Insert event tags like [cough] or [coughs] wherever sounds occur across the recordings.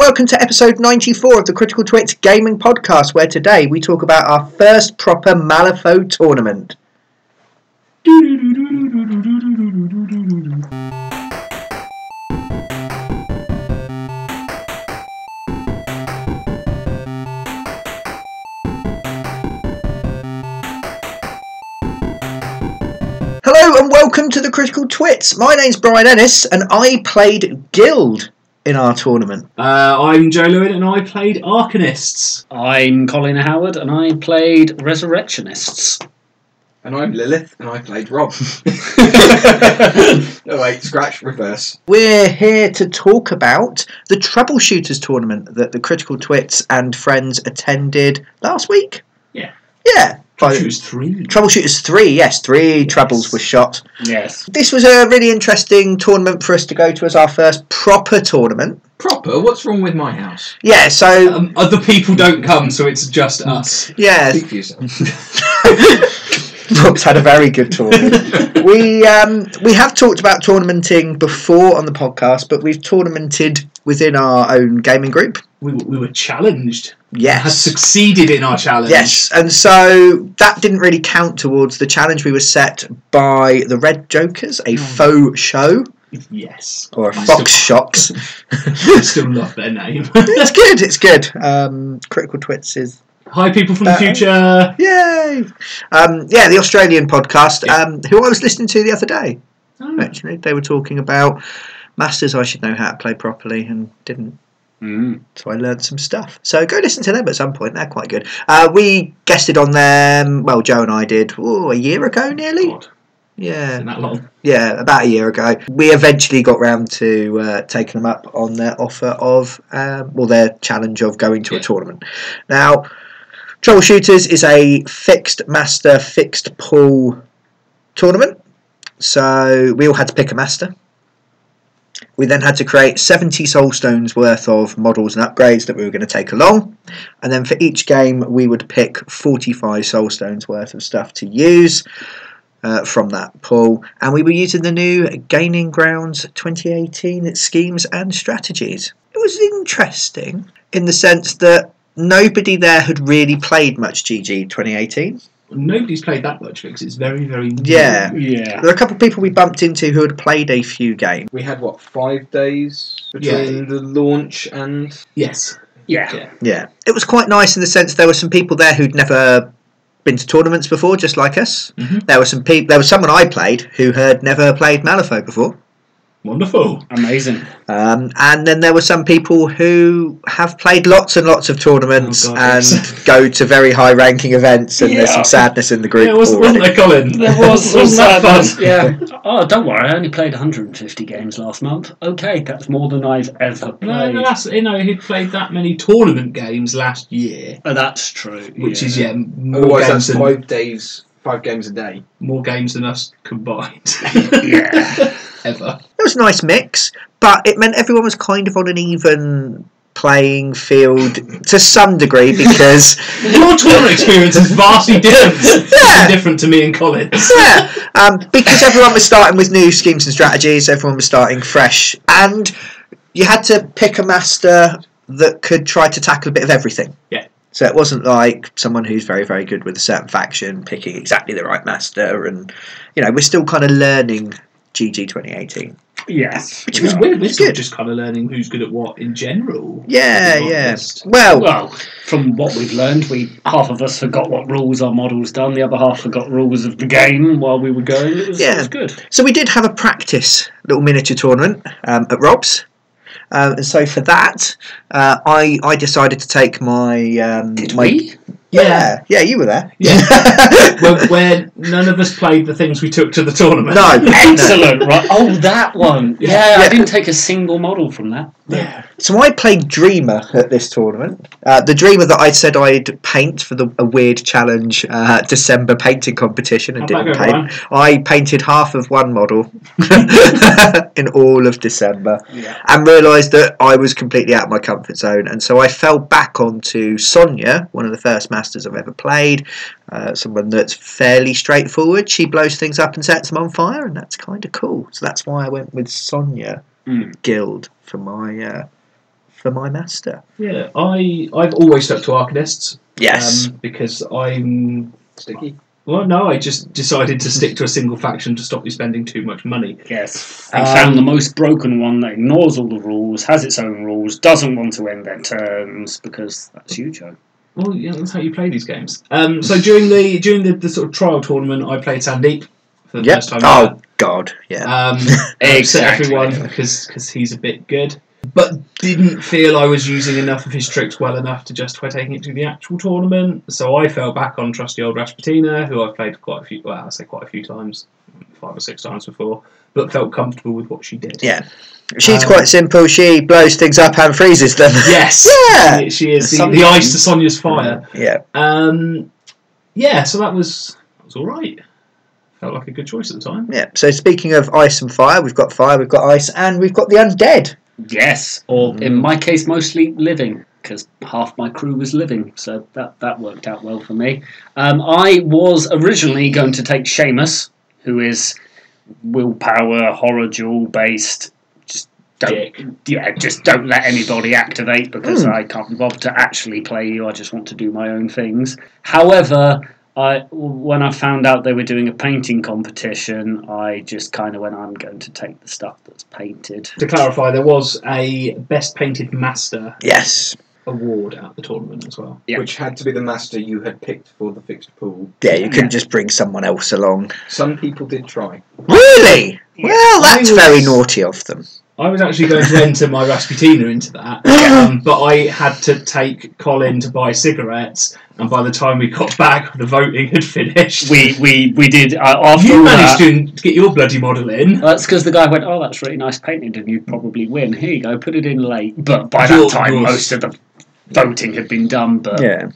welcome to episode 94 of the Critical Twits Gaming Podcast, where today we talk about our first proper Malifaux tournament. Hello and welcome to the Critical Twits. My name's Brian Ennis and I played Guild in our tournament. Uh, I'm Joe Lewin and I played Arcanists. I'm Colin Howard, and I played Resurrectionists. And I'm Lilith, and I played [laughs] Rob. no, wait, scratch, reverse. We're here to talk about the Troubleshooters tournament that the Critical Twits and friends attended last week. Yeah. Yeah. By- Choose three. Troubleshooters 3, yes, three troubles were shot. Yes. This was a really interesting tournament for us to go to as our first proper tournament. Proper? What's wrong with my house? Yeah, so, Um, other people don't come, so it's just us. yeah. Speak for yourself. Rob's had a very good [laughs] tournament. we um, we have talked about tournamenting before on the podcast, but we've tournamented within our own gaming group. We, were- we were challenged. Had Yes. succeeded in our challenge. Yes, and so that didn't really count towards the challenge we were set by the Red Jokers, a faux show Yes. Mm. or a I fox shocks. I still love their name. [laughs] [laughs] it's good, it's good. Um, Critical Twits is Hi, people from the Better. future. yay. Um, yeah, the Australian podcast, Yeah. um, who I was listening to the other day. Oh, actually. They were talking about masters I should know how to play properly and didn't. Mm. So I learned some stuff. So go listen to them at some point. They're quite good. Uh, we guested on them. Well, Joe and I did. Oh, a year ago, nearly. God, Yeah, isn't that long? yeah, about a year ago. We eventually got round to uh, taking them up on their offer of, um, well, their challenge of going to a Yeah. tournament. Now, Troubleshooters is a fixed master, fixed pool tournament. So we all had to pick a master. We then had to create 70 soul stones worth of models and upgrades that we were going to take along. And then for each game, we would pick 45 soul stones worth of stuff to use uh, from that pool. And we were using the new Gaining Grounds 2018 schemes and strategies. It was interesting in the sense that nobody there had really played much GG 2018. Nobody's played that much because it's very, very new. Yeah. Yeah. There were a couple of people we bumped into who had played a few games. [laughs] We had, what, five days between the launch and. Yes. Yeah. Yeah. It was quite nice in the sense there were some people there who'd never been to tournaments before, just like us. Mhm. There were some people. There was someone I played who had never played Malifaux before. Wonderful. Amazing. Um, and then there were some people who have played lots and lots of tournaments Oh, God, and yes. go to very high ranking events, and there's Yeah. some sadness in the group. yeah, wasn't, wasn't already. there, Colin? There [laughs] was [laughs] wasn't that fun? sadness. Yeah. Oh, don't worry. I only played 150 games last month. Okay, that's more than I've ever No, played. no, that's you know he'd played that many tournament games last year. Oh, that's true. which is yeah more Otherwise, games, that's than, five days, five games a day. more games than us combined Yeah. [laughs] ever. It was a nice mix, but it meant everyone was kind of on an even playing field to [laughs] some degree because Your tournament experience is vastly [laughs] different. different to me and Collins. yeah, um, because everyone was starting with new schemes and strategies, everyone was starting fresh, and you had to pick a master that could try to tackle a bit of everything. Yeah. So it wasn't like someone who's very, very good with a certain faction picking exactly the right master, and you know we're still kind of learning GG 2018. yes. Which It was Yeah. weird. We're It's sort good. of just kind of learning who's good at what in general. Yeah, To be yeah. honest. Well, Well, from what we've learned, we half of us forgot what rules our models done. The other half forgot rules of the game while we were going. It was, it Yeah. was good. So we did have a practice little miniature tournament um, at Rob's. Um, and so for that, uh, I I decided to take my um, my we? yeah yeah you were there Yeah. where, where none of us played the things we took to the tournament. [laughs] no [laughs] no. Excellent, right? Oh, that one. Yeah, Yeah. I didn't take a single model from that. so I played Dreamer at this tournament uh, the Dreamer that I said I'd paint for the a weird challenge uh, December painting competition and How'd that didn't go, paint I painted half of one [laughs] model [laughs] in all of December Yeah. and realised that I was completely out of my comfort zone. And so I fell back onto Sonia, one of the first masters I've ever played, uh, someone that's fairly straightforward. She blows things up and sets them on fire, and that's Hmm. kind of cool. So that's why I went with Sonia Mm. Guild for my uh, for my master. Yeah, I I've always stuck to Arcanists. Yes. um, because I'm Sticky. well, no, I just decided to stick to a single faction to stop you spending too much money. Yes. They found the most broken one that ignores all the rules, has its own rules, doesn't want to end their terms because that's you, Joe. Well, yeah, that's how you play these games. Um, so during the during the, the sort of trial tournament, I played Sandeep for the yep. first time. ever. Oh God. Yeah. [laughs] Um, upset everyone because because he's a bit good, but didn't feel I was using enough of his tricks well enough to justify taking it to the actual tournament. So I fell back on trusty old Rasputina, who I've played quite a few, well, I say quite a few times, five or six times before, but felt comfortable with what she did. Yeah. She's um, quite simple. She blows things up and freezes them. Yes. [laughs] Yeah. She- She is the, Something- the ice to Sonia's fire. yeah. Um, yeah. So that was that was all right. Felt like a good choice at the time. Yeah. So speaking of ice and fire, we've got fire, we've got ice, and we've got the undead. Yes, or in Mm. my case, mostly living, because half my crew was living, so that, that worked out well for me. Um, I was originally going to take Seamus, who is willpower, horror jewel based. Just don't, Dick. Hmm. yeah, just don't let anybody activate because I can't be bothered to actually play you. I just want to do my own things. However, I when I found out they were doing a painting competition, I just kind of went, I'm going to take the stuff that's painted. To clarify, there was a best painted master Yes. award at the tournament as well. Yeah. Which had to be the master you had picked for the fixed pool. Yeah. You couldn't Yeah. just bring someone else along. Some people did try. Really? Well, I that's was- very naughty of them. I was actually going to enter my Rasputina into [laughs] that, um, but I had to take Colin to buy cigarettes, and by the time we got back, the voting had finished. we we we did uh, after you all managed that. to to get your bloody model in. That's because the guy went, "Oh, that's really nice painting, and you'd probably win." Here you go, put it in late. But by that Yours- time, yours. most of the voting had been done. But Yeah.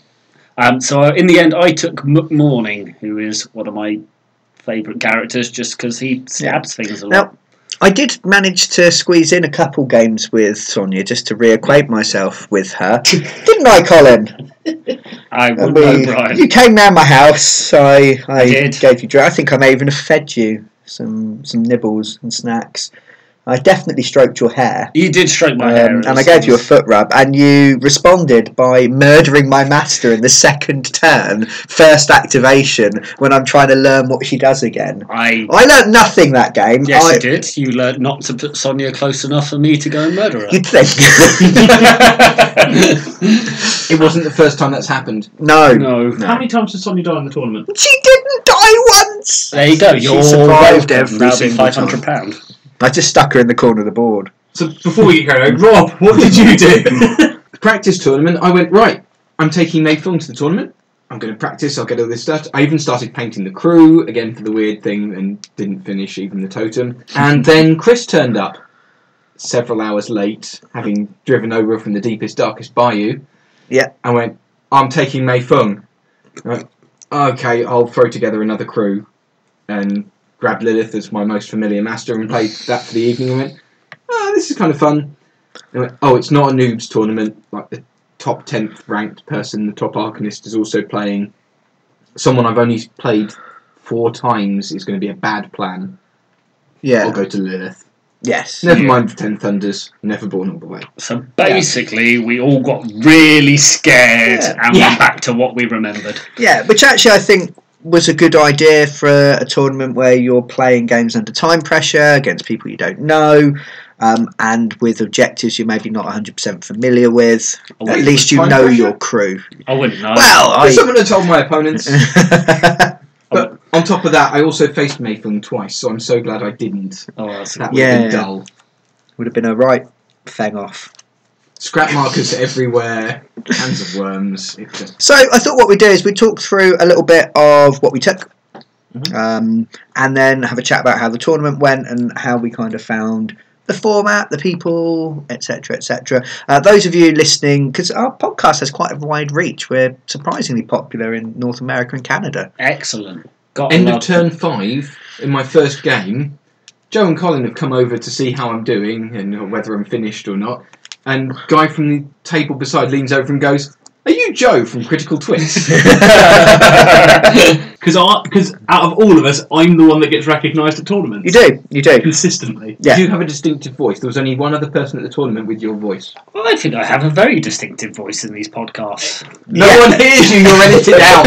um, so in the end, I took McMorning, who is one of my favourite characters, just because he stabs things a lot. Now, I did manage to squeeze in a couple games with Sonia just to reacquaint myself with [laughs] her, didn't I, [laughs] Colin? I would And know we- Brian. you came round my house. I I did. gave you. dr- I think I may even have fed you some some nibbles and snacks. I definitely stroked your hair. You did stroke my um, hair, and I gave you a foot rub, and you responded by murdering my master in the [laughs] second turn, first activation, when I'm trying to learn what she does again. I I learnt nothing that game. yes, Oh, I, you did. You learnt not to put Sonia close enough for me to go and murder her. [laughs] [laughs] You'd think. It wasn't the first time that's happened. no. no. How many times did Sonia die in the tournament? She didn't die once. There you go. She You're survived welcome. every That'll be single time. 500 pound. I just stuck her in the corner of the board. So before we get going, Rob, what did [laughs] you do? practice tournament, I went, right, I'm taking Nate Film to the tournament. I'm going to practice, I'll get all this stuff. I even started painting the crew, again for the weird thing, and didn't finish even the totem. And then Chris turned up several hours late, having driven over from the deepest, darkest bayou. Yeah. And went, I'm taking Mei Fung. I went, okay, I'll throw together another crew and grabbed Lilith as my most familiar master and played that for the evening. And went, oh, this is kind of fun. And went, oh, it's not a noobs tournament. Like the top 10th ranked person, the top arcanist, is also playing. Someone I've only played four times is going to be a bad plan. Yeah. I'll go to Lilith. Yes. Never mind the Ten Thunders. Never born all the way. So basically, we all got really scared Yeah. and Yeah. went back to what we remembered. Yeah, which actually I think was a good idea for a, a tournament where you're playing games under time pressure against people you don't know. Um, and with objectives you're maybe not 100% familiar with, I at wouldn't, least you time know pressure? your crew. I wouldn't know. well, That's I. something I told my [laughs] opponents. Oh, But on top of that, I also faced Mayfung twice, so I'm so glad I didn't. oh, that's- That would have Yeah. been dull. [laughs] would have been a right fang off. Scrap markers everywhere, cans of worms. It just So I thought what we do is we talk through a little bit of what we took, Mhm. um, and then have a chat about how the tournament went and how we kind of found the format, the people, etc., etc. Uh, those of you listening, because our podcast has quite a wide reach, we're surprisingly popular in North America and [laughs] Canada. excellent. Got End a of lot- turn five in my first game. Joe and Colin have come over to see how I'm doing and whether I'm finished or not. And guy from the table beside leans over and goes, Are you Joe from Critical [laughs] Twist? Because because out of all of us, I'm the one that gets recognised at tournaments. You do, you do. consistently. Yeah. You do have a distinctive voice. There was only one other person at the tournament with your voice. Well, I think I have a very distinctive voice in these podcasts. No Yeah. one hears you. You're edited out.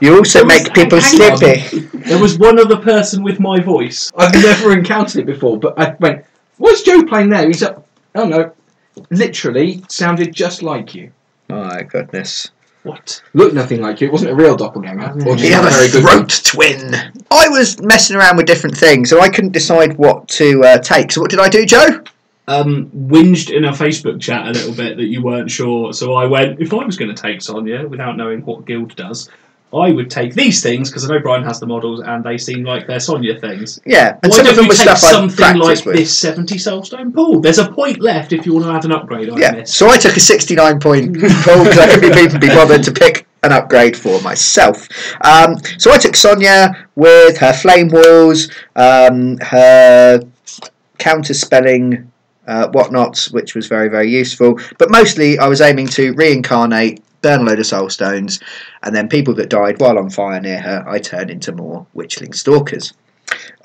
You also Who's make that? people Hang on. sleepy. There was one other person with my voice. [laughs] I've never encountered it before, but I went, "What's Joe playing there?" He's up. Oh no, literally sounded just like you. My goodness. What? Looked nothing like you. It wasn't a real doppelganger. The Or just a other very good throat twin. I was messing around with different things, so I couldn't decide what to uh, take. So what did I do, Joe? Um, whinged in our Facebook chat a little bit that you weren't sure. So I went. If I was going to take Sonya without knowing what guild does, I would take these things because I know Brian has the models and they seem like they're Sonya things. Yeah, and Why some don't of them you were take stuff I something like practiced with. this 70 Soulstone pool? There's a point left if you want to add an upgrade on Yeah, this. so I took a 69 point poll because I couldn't be, be- be bothered to pick an upgrade for myself. Um, so I took Sonia with her flame walls, um, her counter spelling uh, whatnots, which was very, very useful. But mostly I was aiming to reincarnate, burn a load of soul stones, and then people that died while on fire near her, I turned into more witchling stalkers.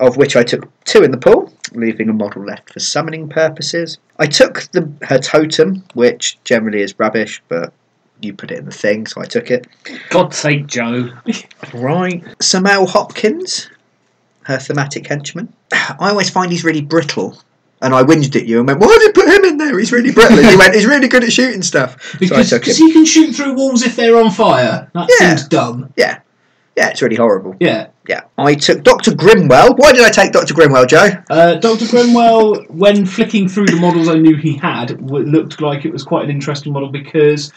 Of which I took two in the pool, leaving a model left for summoning purposes. I took the her totem, which generally is rubbish, but you put it in the thing, so I took it. God's sake, Joe. Right. Samuel Hopkins, her thematic henchman. [sighs] I always find he's really brittle. And I whinged at you and went, Why did you put him in there? He's really brittle. And you went, He's really good at shooting stuff. Because so I took cause him. he can shoot through walls if they're on fire. That Yeah. seems dumb. Yeah, it's really horrible. Yeah. Yeah. I took Dr. Grimwell. Why did I take Dr. Grimwell, Joe? Uh, Dr. Grenwell, when flicking through the models I knew he had, w- looked like it was quite an interesting model because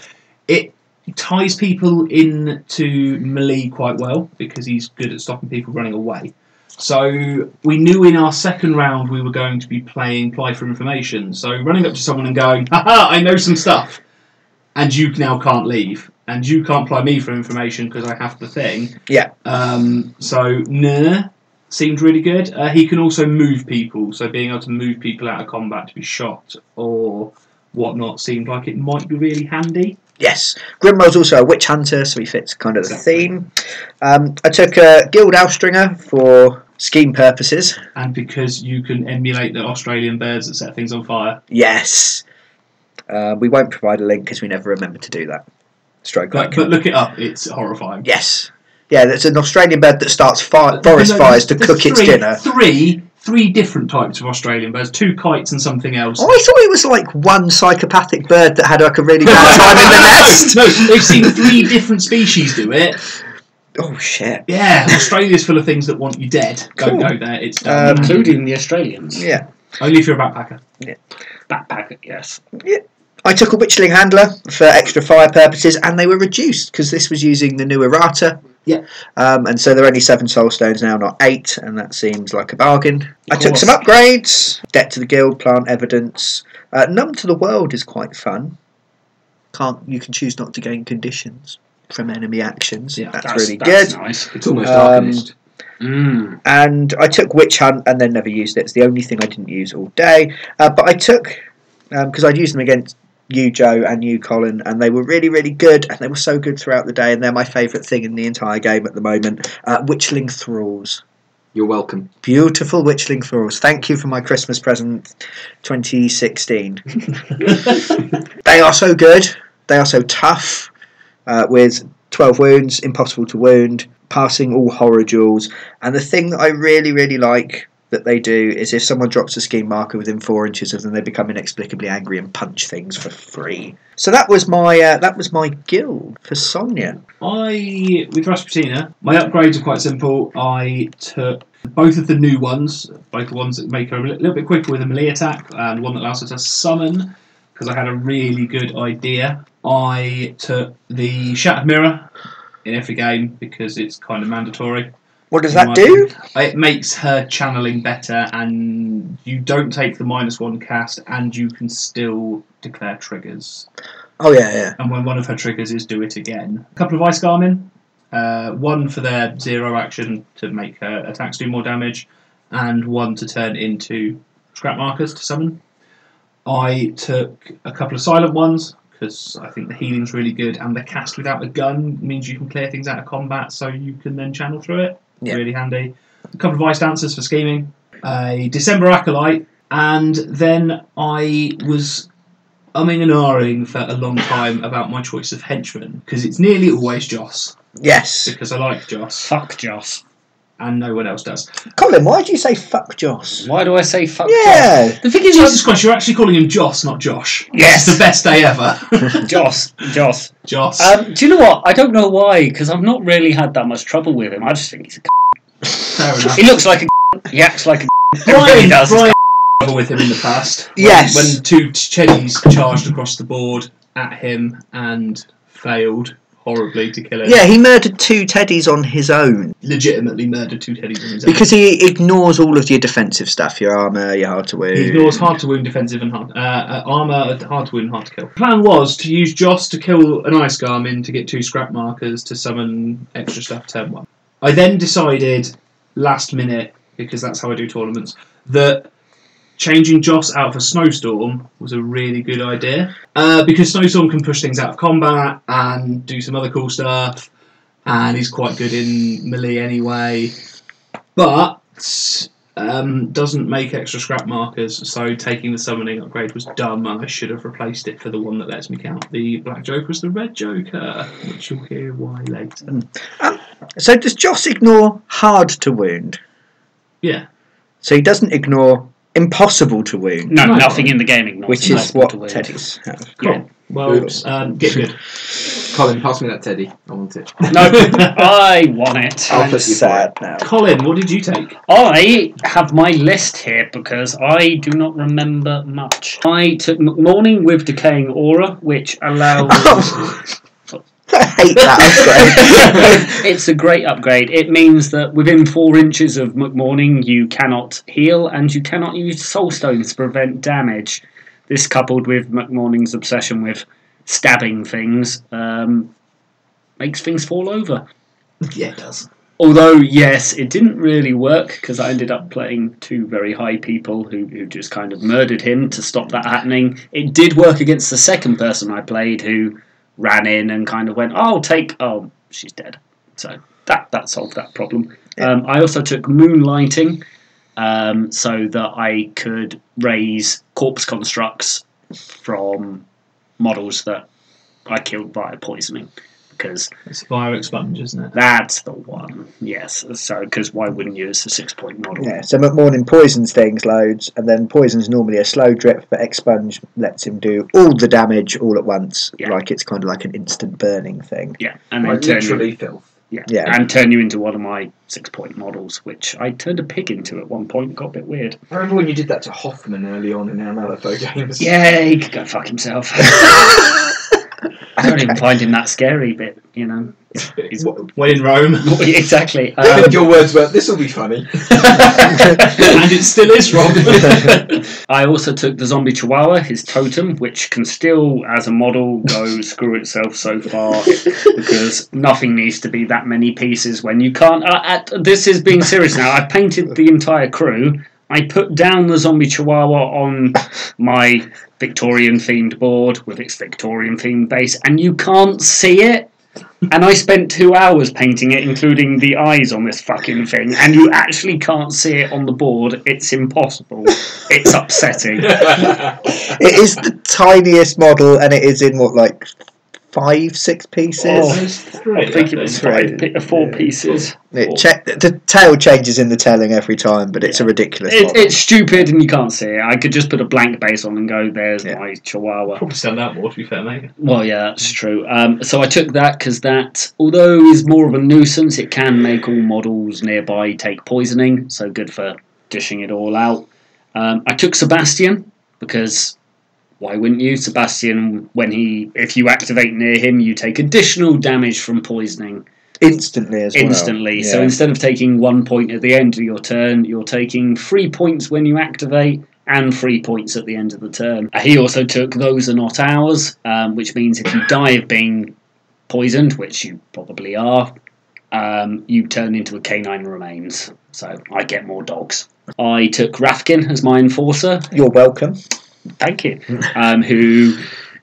it ties people in to melee quite well because he's good at stopping people running away. So we knew in our second round we were going to be playing Ply for Information. So running up to someone and going, haha, I know some stuff, and you now can't leave, and you can't ply me for information because I have the thing. Yeah. Um, so, nah seemed really good. Uh, he can also move people, so being able to move people out of combat to be shot or whatnot seemed like it might be really handy. Yes. Grimwell's also a witch hunter, so he fits kind of the Exactly. theme. Um, I took uh, Guild Alstringer for scheme purposes. And because you can emulate the Australian birds that set things on fire, Yes. Uh, we won't provide a link because we never remember to do that. Stroke but, like but look it up, it's horrifying. Yes. Yeah, there's an Australian bird that starts fire, forest No, fires to there's cook its three- dinner. Three, three different types of Australian birds, two kites and something else. Oh, I thought it was like one psychopathic bird that had like a really bad [laughs] time in the nest. No, no, they've seen three different species do it. Oh shit. Yeah, Australia's full of things that want you dead. Don't Cool. go there. It's Um, dumb. Including the Australians. Yeah. only if you're a backpacker. Backpacker, yes. I took a witchling handler for extra fire purposes, and they were reduced because this was using the new errata. Yeah. Um, and so they're only seven soul stones now, not eight, and that seems like a bargain. I Of took course. some upgrades. Debt to the guild, plant evidence. Uh, Numb to the world is quite fun. Can't you can choose not to gain conditions from enemy actions. Yeah, that's, That's really that's good. nice. It's almost Um, Arcanist. Mm. and I took Witch Hunt and then never used it. It's the only thing I didn't use all day. Uh, but I took because I'd used them against you, Joe, and you, Colin, and they were really, really good. And they were so good throughout the day, and they're my favourite thing in the entire game at the moment. Uh, Witchling Thralls, You're welcome. beautiful Witchling Thralls. Thank you for my Christmas present, 2016. they are so good. They are so tough. Uh, with 12 wounds, impossible to wound, passing all horror duels. And the thing that I really, really like that they do is if someone drops a scheme marker within four inches of them, they become inexplicably angry and punch things for free. So that was my uh, that was my guild for Sonia. I, with Rasputina, my upgrades are quite simple. I took both of the new ones, both the ones that make her a li- little bit quicker with a melee attack, and one that allows her to summon, because I had a really good idea. I took the Shattered Mirror in every game, because it's kind of mandatory. What does in that my do? opinion. It makes her channeling better, and you don't take the minus one cast, and you can still declare triggers Oh yeah, yeah. and when one of her triggers is do it again. A couple of Ice Garmin, uh, one for their zero action to make her attacks do more damage, and one to turn into scrap markers to summon. I took a couple of silent ones because I think the healing's really good, and the cast without a gun means you can clear things out of combat, so you can then channel through it. Yeah. Really handy. A couple of ice dancers for scheming, a December acolyte, and then I was umming and ahhing for a long time about my choice of henchman because it's nearly always Joss Yes. because I like Joss Fuck Joss. and no one else does. Colin, why do you say fuck Joss? Why do I say fuck Joss? Yeah. The thing is, Jesus Christ, you're actually calling him Joss, not [laughs] Josh. Yes. it's the best day ever. [laughs] Joss. Joss. Joss. Uh, Um, do you know what? I don't know why, because I've not really had that much trouble with him. I just think he's a c- Fair enough. He looks like a c- He acts like a c- Everybody Brian, does. Brian trouble with him in the past. When- Yes. When two Chennies charged across the board at him and failed horribly to kill him. Yeah, he murdered two teddies on his own Legitimately murdered two teddies in his own. because he ignores all of your defensive stuff, your armor, your hard to wound. He ignores hard to wound, defensive, and hard, uh, uh, armor, hard to wound, hard to kill. Plan was to use Joss to kill an ice garmin to get two scrap markers to summon extra stuff turn one. I then decided last minute because that's how I do tournaments that changing Joss out for snowstorm was a really good idea uh, because snowstorm can push things out of combat and do some other cool stuff, and he's quite good in melee anyway, but. Um, doesn't make extra scrap markers, so taking the summoning upgrade was dumb, and I should have replaced it for the one that lets me count the black joker as the red joker, which you'll hear why later. So does Joss ignore hard to wound? Yeah, So he doesn't ignore impossible to wound, No, No. nothing in the game ignores which him. is That's what a word. teddies have. cool. Yeah. Well, Brutal. um, get good. Colin, pass me that teddy. I want it. [laughs] No, I want it. I'll I'm put you for sad now. Colin, what did you take? I have my list here because I do not remember much. I took Morning with Decaying Aura, which allows. [laughs] Oh. [laughs] I hate [laughs] that upgrade. it's a great upgrade. It means that within four inches of McMorning, you cannot heal and you cannot use Soul Stones to prevent damage. This coupled with McMorning's obsession with stabbing things um, makes things fall over. Yeah, it does. Although, yes, it didn't really work because I ended up playing two very high people who, who just kind of murdered him to stop that happening. It did work against the second person I played who ran in and kind of went, I'll take, oh, she's dead. So that, that solved that problem. Um, I also took moonlighting um, so that I could raise corpse constructs from models that I killed via poisoning because It's fire expunge, isn't it? that's the one. Yes. So, because why wouldn't you? It's a six-point model. yeah, so McMorning poisons things loads, and then poison's normally a slow drip, but Expunge lets him do all the damage all at once, Yeah. like it's kind of like an instant burning thing. Yeah, and then Like, turn literally filth. You, yeah, Yeah. and turn you into one of my six-point models, which I turned a pig into at one point. Got a bit weird. I remember when you did that to Hoffman early on in our Malifaux games. [laughs] Yeah, he could go fuck [laughs] himself. I don't even find him that scary, but [laughs] you know, He's- When in Rome, [laughs] exactly. I Um, think your words were, this will be funny. and it still is Rob. [laughs] I also took the zombie chihuahua, his totem, which can still, as a model, [laughs] go screw itself so far because nothing needs to be that many pieces when you can't. Uh, at, this is being serious now. I painted the entire crew. I put down the zombie chihuahua on my Victorian themed board with its Victorian themed base, and you can't see it. And I spent two hours painting it, including the eyes on this fucking thing, and you actually can't see it on the board. It's impossible. It's upsetting. It is the tiniest model, and it is in what, like five, six pieces? Oh. three, I think it was five, pi- four pieces. It check the tail changes in the telling every time, but it's a ridiculous It, model. it's stupid and you can't see it. I could just put a blank base on and go, there's Yeah. my chihuahua. Probably stand out more, to be fair, mate. Well, yeah, that's true. Um, so I took that because that, although is more of a nuisance, it can make all models nearby take poisoning, so good for dishing it all out. Um, I took Sebastian because why wouldn't you? Sebastian, when he, if you activate near him, you take additional damage from poisoning. instantly as well. instantly. So Yeah. instead of taking one point at the end of your turn, you're taking three points when you activate and three points at the end of the turn. Uh, He also took those are not ours, um, which means if you die of being poisoned, which you probably are, um, you turn into a canine remains. So I get more dogs. I took Rafkin as my enforcer. [laughs] you're welcome. Thank you. Um, who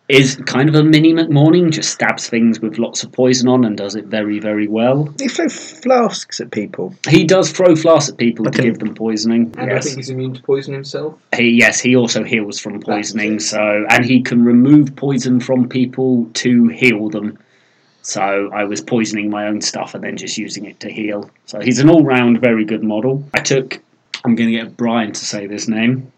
is kind of a mini McMorning, just stabs things with lots of poison on and does it very, very well. He threw flasks at people. He does throw flasks at people to Okay. give them poisoning. And I yes. think he's immune to poison himself. He, yes, he also heals from poisoning. So, and he can remove poison from people to heal them. So, I was poisoning my own stuff and then just using it to heal. So, he's an all-round very good model. I took. I'm going to get Brian to say this name.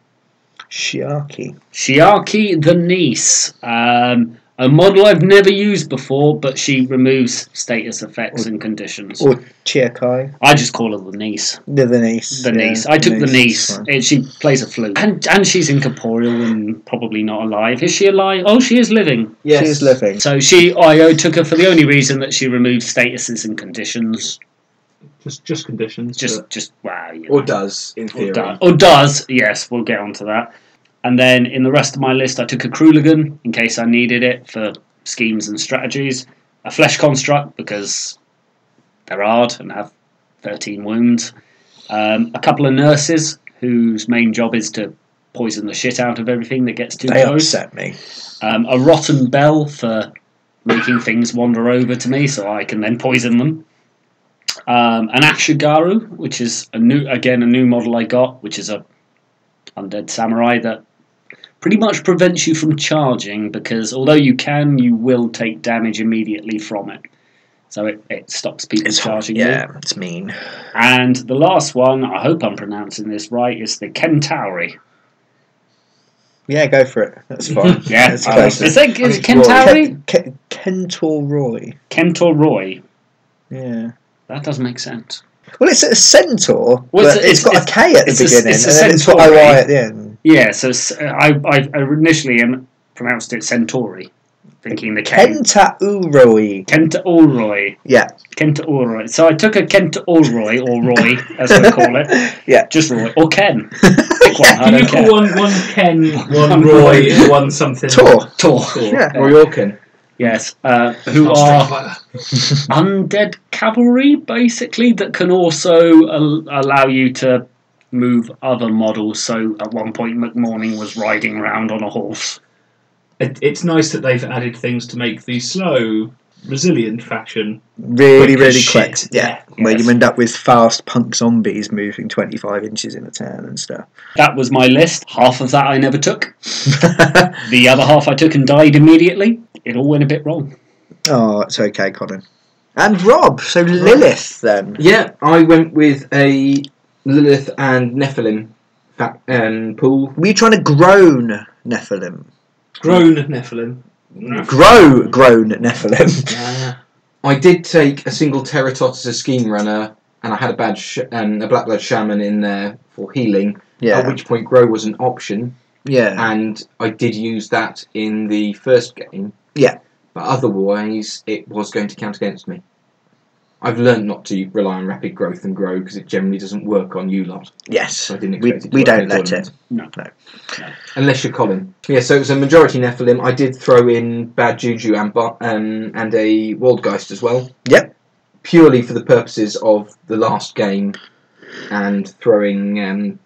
Shiaki. Shiaki the Niece. Um, a model I've never used before, but she removes status effects and conditions. Or Chiakai. I just call her the Niece. The, the niece. The yeah, niece. I took the niece. it's fine. And she plays a flute. And and she's incorporeal and probably not alive. Is she alive? Oh, she is living. Yes. She's living. So she IO took her for the only reason that she removed statuses and conditions. Just just conditions. Just but just wow. You Or know. does, in or, theory. do- or does. Yes, we'll get onto that. And then in the rest of my list, I took a Kruligan in case I needed it for schemes and strategies. A flesh construct because they're hard and have 13 wounds. Um, a couple of nurses whose main job is to poison the shit out of everything that gets too They close. upset me. Um, a rotten bell for making things wander over to me so I can then poison them. Um, an Ashigaru, which is a new again a new model I got, which is a undead samurai that pretty much prevents you from charging because although you can, you will take damage immediately from it. So it, it stops people It's hard. charging you. Yeah, it's mean. And the last one, I hope I'm pronouncing this right, is the Kentauri. Yeah, go for it. That's fine. [laughs] Yeah, It's I- close. is it, I is it think it's [laughs] Kentauri? Ke- Ke- Kentor Roy. Kentoroi. Yeah. That does make sense. Well, it's a centaur, Well, it's but a- it's got it's- a K at the it's a- beginning, it's a and then it's got centaur, OI right? at the end. Yeah, so s- I, I, I initially um, pronounced it Centauri, thinking the Ken. Kentauroi. Kenta Ulroy. Yeah. Kenta Ulroy. So I took a Kenta Ulroy, or Roy, as we call [laughs] it. [laughs] Yeah. Just Roy. Or Ken. Pick one, I Can you don't [laughs] call care. one, one [laughs] Ken, one Roy, and one something? Tor. Tor. Yeah. Or Yorkin. Yes. Uh, who Not are Street Fighter. undead cavalry, basically, that can also al- allow you to move other models. So at one point, McMorning was riding around on a horse. It, it's nice that they've added things to make the slow, resilient faction. Really, Quick really as quick. shit. Yeah. Yeah. Where Yes. you end up with fast punk zombies moving 25 inches in a turn and stuff. That was my list. Half of that I never took. The other half I took and died immediately. It all went a bit wrong. oh, it's okay, Colin. And Rob. So Lilith, then. Yeah, I went with a Lilith and Nephilim fa- um, pool. Were you trying to groan Nephilim? Grown Nephilim. Grow groan Nephilim. I did take a single Teratotus as scheme runner, and I had a bad sh- um, a Black Blood Shaman in there for healing. At Yeah. which point, grow was an option. [laughs] Yeah. and I did use that in the first game. Yeah. But otherwise, it was going to count against me. I've learned not to rely on rapid growth and grow because it generally doesn't work on you lot. Yes. So I didn't We, expect it to we work in don't a let tournament. it. Unless you're Colin. Yeah, so it was a majority Nephilim. I did throw in Bad Juju and, bo- um, and a Waldgeist as well. Yep. Purely for the purposes of the last game and throwing um,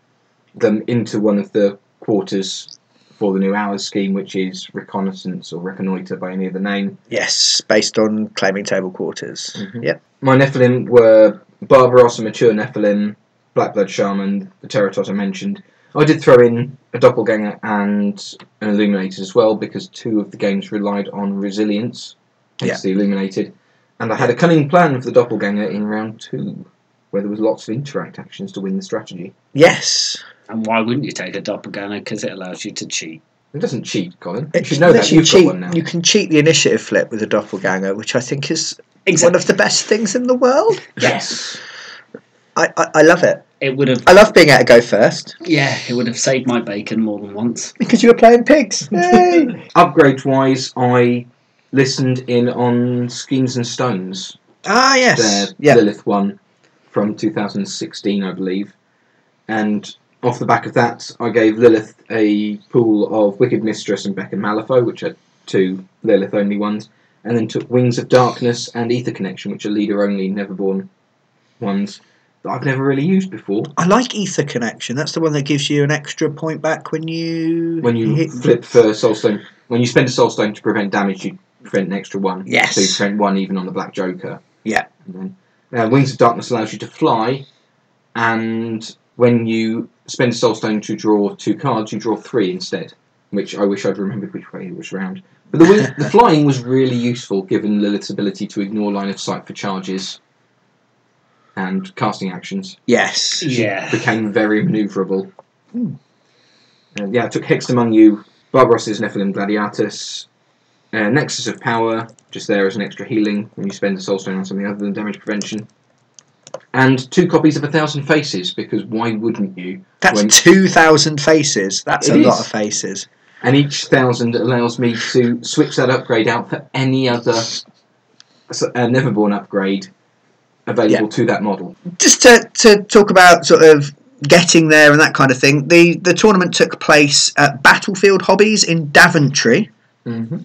them into one of the quarters for the new hours scheme, which is reconnaissance or reconnoitre by any other name. Yes, based on claiming table quarters. Mhm. Yep. My Nephilim were Barbaros, a mature Nephilim, Black Blood Shaman, the Teratot I mentioned. I did throw in a Doppelganger and an Illuminated as well because two of the games relied on resilience, hence Yeah. the Illuminated. And I had a cunning plan for the Doppelganger in round two, where there was lots of interact actions to win the strategy. Yes. And why wouldn't you take a doppelganger? Because it allows you to cheat. It doesn't cheat, Colin. You It's should know that. literally You've cheat, got one now. You can cheat the initiative flip with a doppelganger, which I think is one of the best things in the world. Yes. I, I, I love it. It would have, I love being able to go first yeah, it would have saved my bacon more than once. because you were playing pigs. [laughs] Yay! Upgrade wise, I listened in on Schemes and Stones, ah, their yes. Yeah. Lilith one from 2016, I believe. And off the back of that, I gave Lilith a pool of Wicked Mistress and Becca Malifaux, which are two Lilith only ones, and then took Wings of Darkness and Ether Connection, which are leader only, Neverborn ones, that I've never really used before. I like Ether Connection. That's the one that gives you an extra point back when you When you hit- flip for soul stone, when you spend a soul stone to prevent damage, you prevent an extra one. Yes. So you prevent one even on the Black Joker. Yeah. And then, uh, Wings of Darkness allows you to fly, and when you spend a soul stone to draw two cards, you draw three instead. Which I wish I'd remembered which way it was round. But the, wing, [laughs] the flying was really useful given Lilith's ability to ignore line of sight for charges and casting actions Yes. Yeah. became very manoeuvrable. Hmm. And yeah, I took Hexed Among You, Barbaros's Nephilim Gladiatus, uh, Nexus of Power, just there as an extra healing when you spend a soul stone on something other than damage prevention. And two copies of A Thousand Faces, because why wouldn't you? That's When- 2,000 faces. That's It a is. lot of faces. And each thousand allows me to switch that upgrade out for any other s- uh, Neverborn upgrade available to that model. Just to, to talk about sort of getting there and that kind of thing, the, the tournament took place at Battlefield Hobbies in Daventry. Mm-hmm.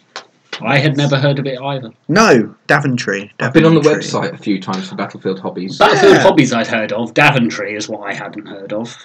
I had never heard of it either. No, Daventry. I've been on the Daventry. website a few times for Battlefield Hobbies. Battlefield Yeah. Hobbies I'd heard of. Daventry is what I hadn't heard of.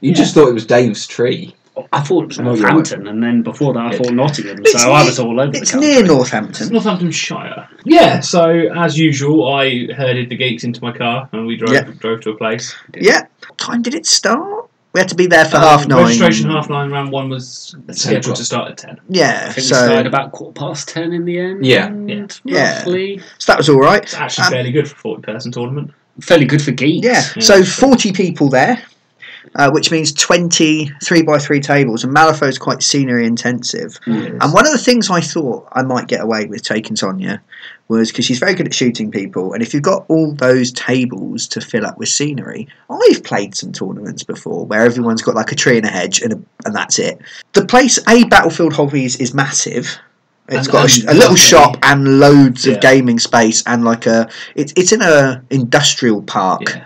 You just thought it was Dave's tree. I thought it was Oh, you're Northampton, and then before that I thought Nottingham, It's so I near- was all over the It's country. near Northampton. Northamptonshire. Yeah, so as usual, I herded the geeks into my car and we drove Yeah. drove to a place. Yeah. What time did it start? We had to be there for Um, half nine. Registration half nine, round one was scheduled o'clock. to start at ten. Yeah. I think so, we started about quarter past ten in the end. Yeah. Yeah. Yeah. Roughly. so that was all right. It's actually Um, fairly good for a forty person tournament. Fairly good for geeks. Yeah. Yeah. So 40 people there, uh, which means 20 3 by 3 tables. And Malifaux's quite scenery intensive. And one of the things I thought I might get away with taking Sonia was because she's very good at shooting people. And if you've got all those tables to fill up with scenery, I've played some tournaments before where everyone's got like a tree and a hedge and, a, and that's it. The place, A, Battlefield Hobbies is massive. It's And- got a, sh- and a little lovely. shop and loads Yeah. of gaming space and like a it's it's in a industrial park. Yeah.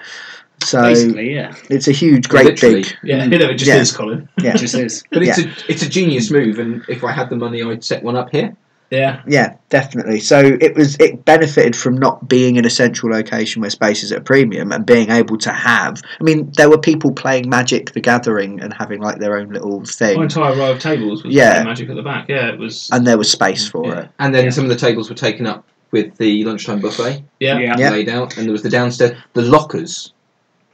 So Basically, yeah. it's a huge, great Literally. [laughs] big. Yeah, you know, it just Mm, Yeah. is Colin. Yeah, It just is. But it's a it's a genius move, and if I had the money, I'd set one up here. Yeah. yeah, definitely. So it was it benefited from not being in a central location where space is at a premium and being able to have. I mean, there were people playing Magic: The Gathering and having like their own little My Oh, thing, entire row of tables was Yeah. yeah. magic at the back. Yeah, it was and there was space for Yeah. it. And then Yeah. some of the tables were taken up with the lunchtime buffet yeah. Yeah. laid out, and there was the downstairs the lockers.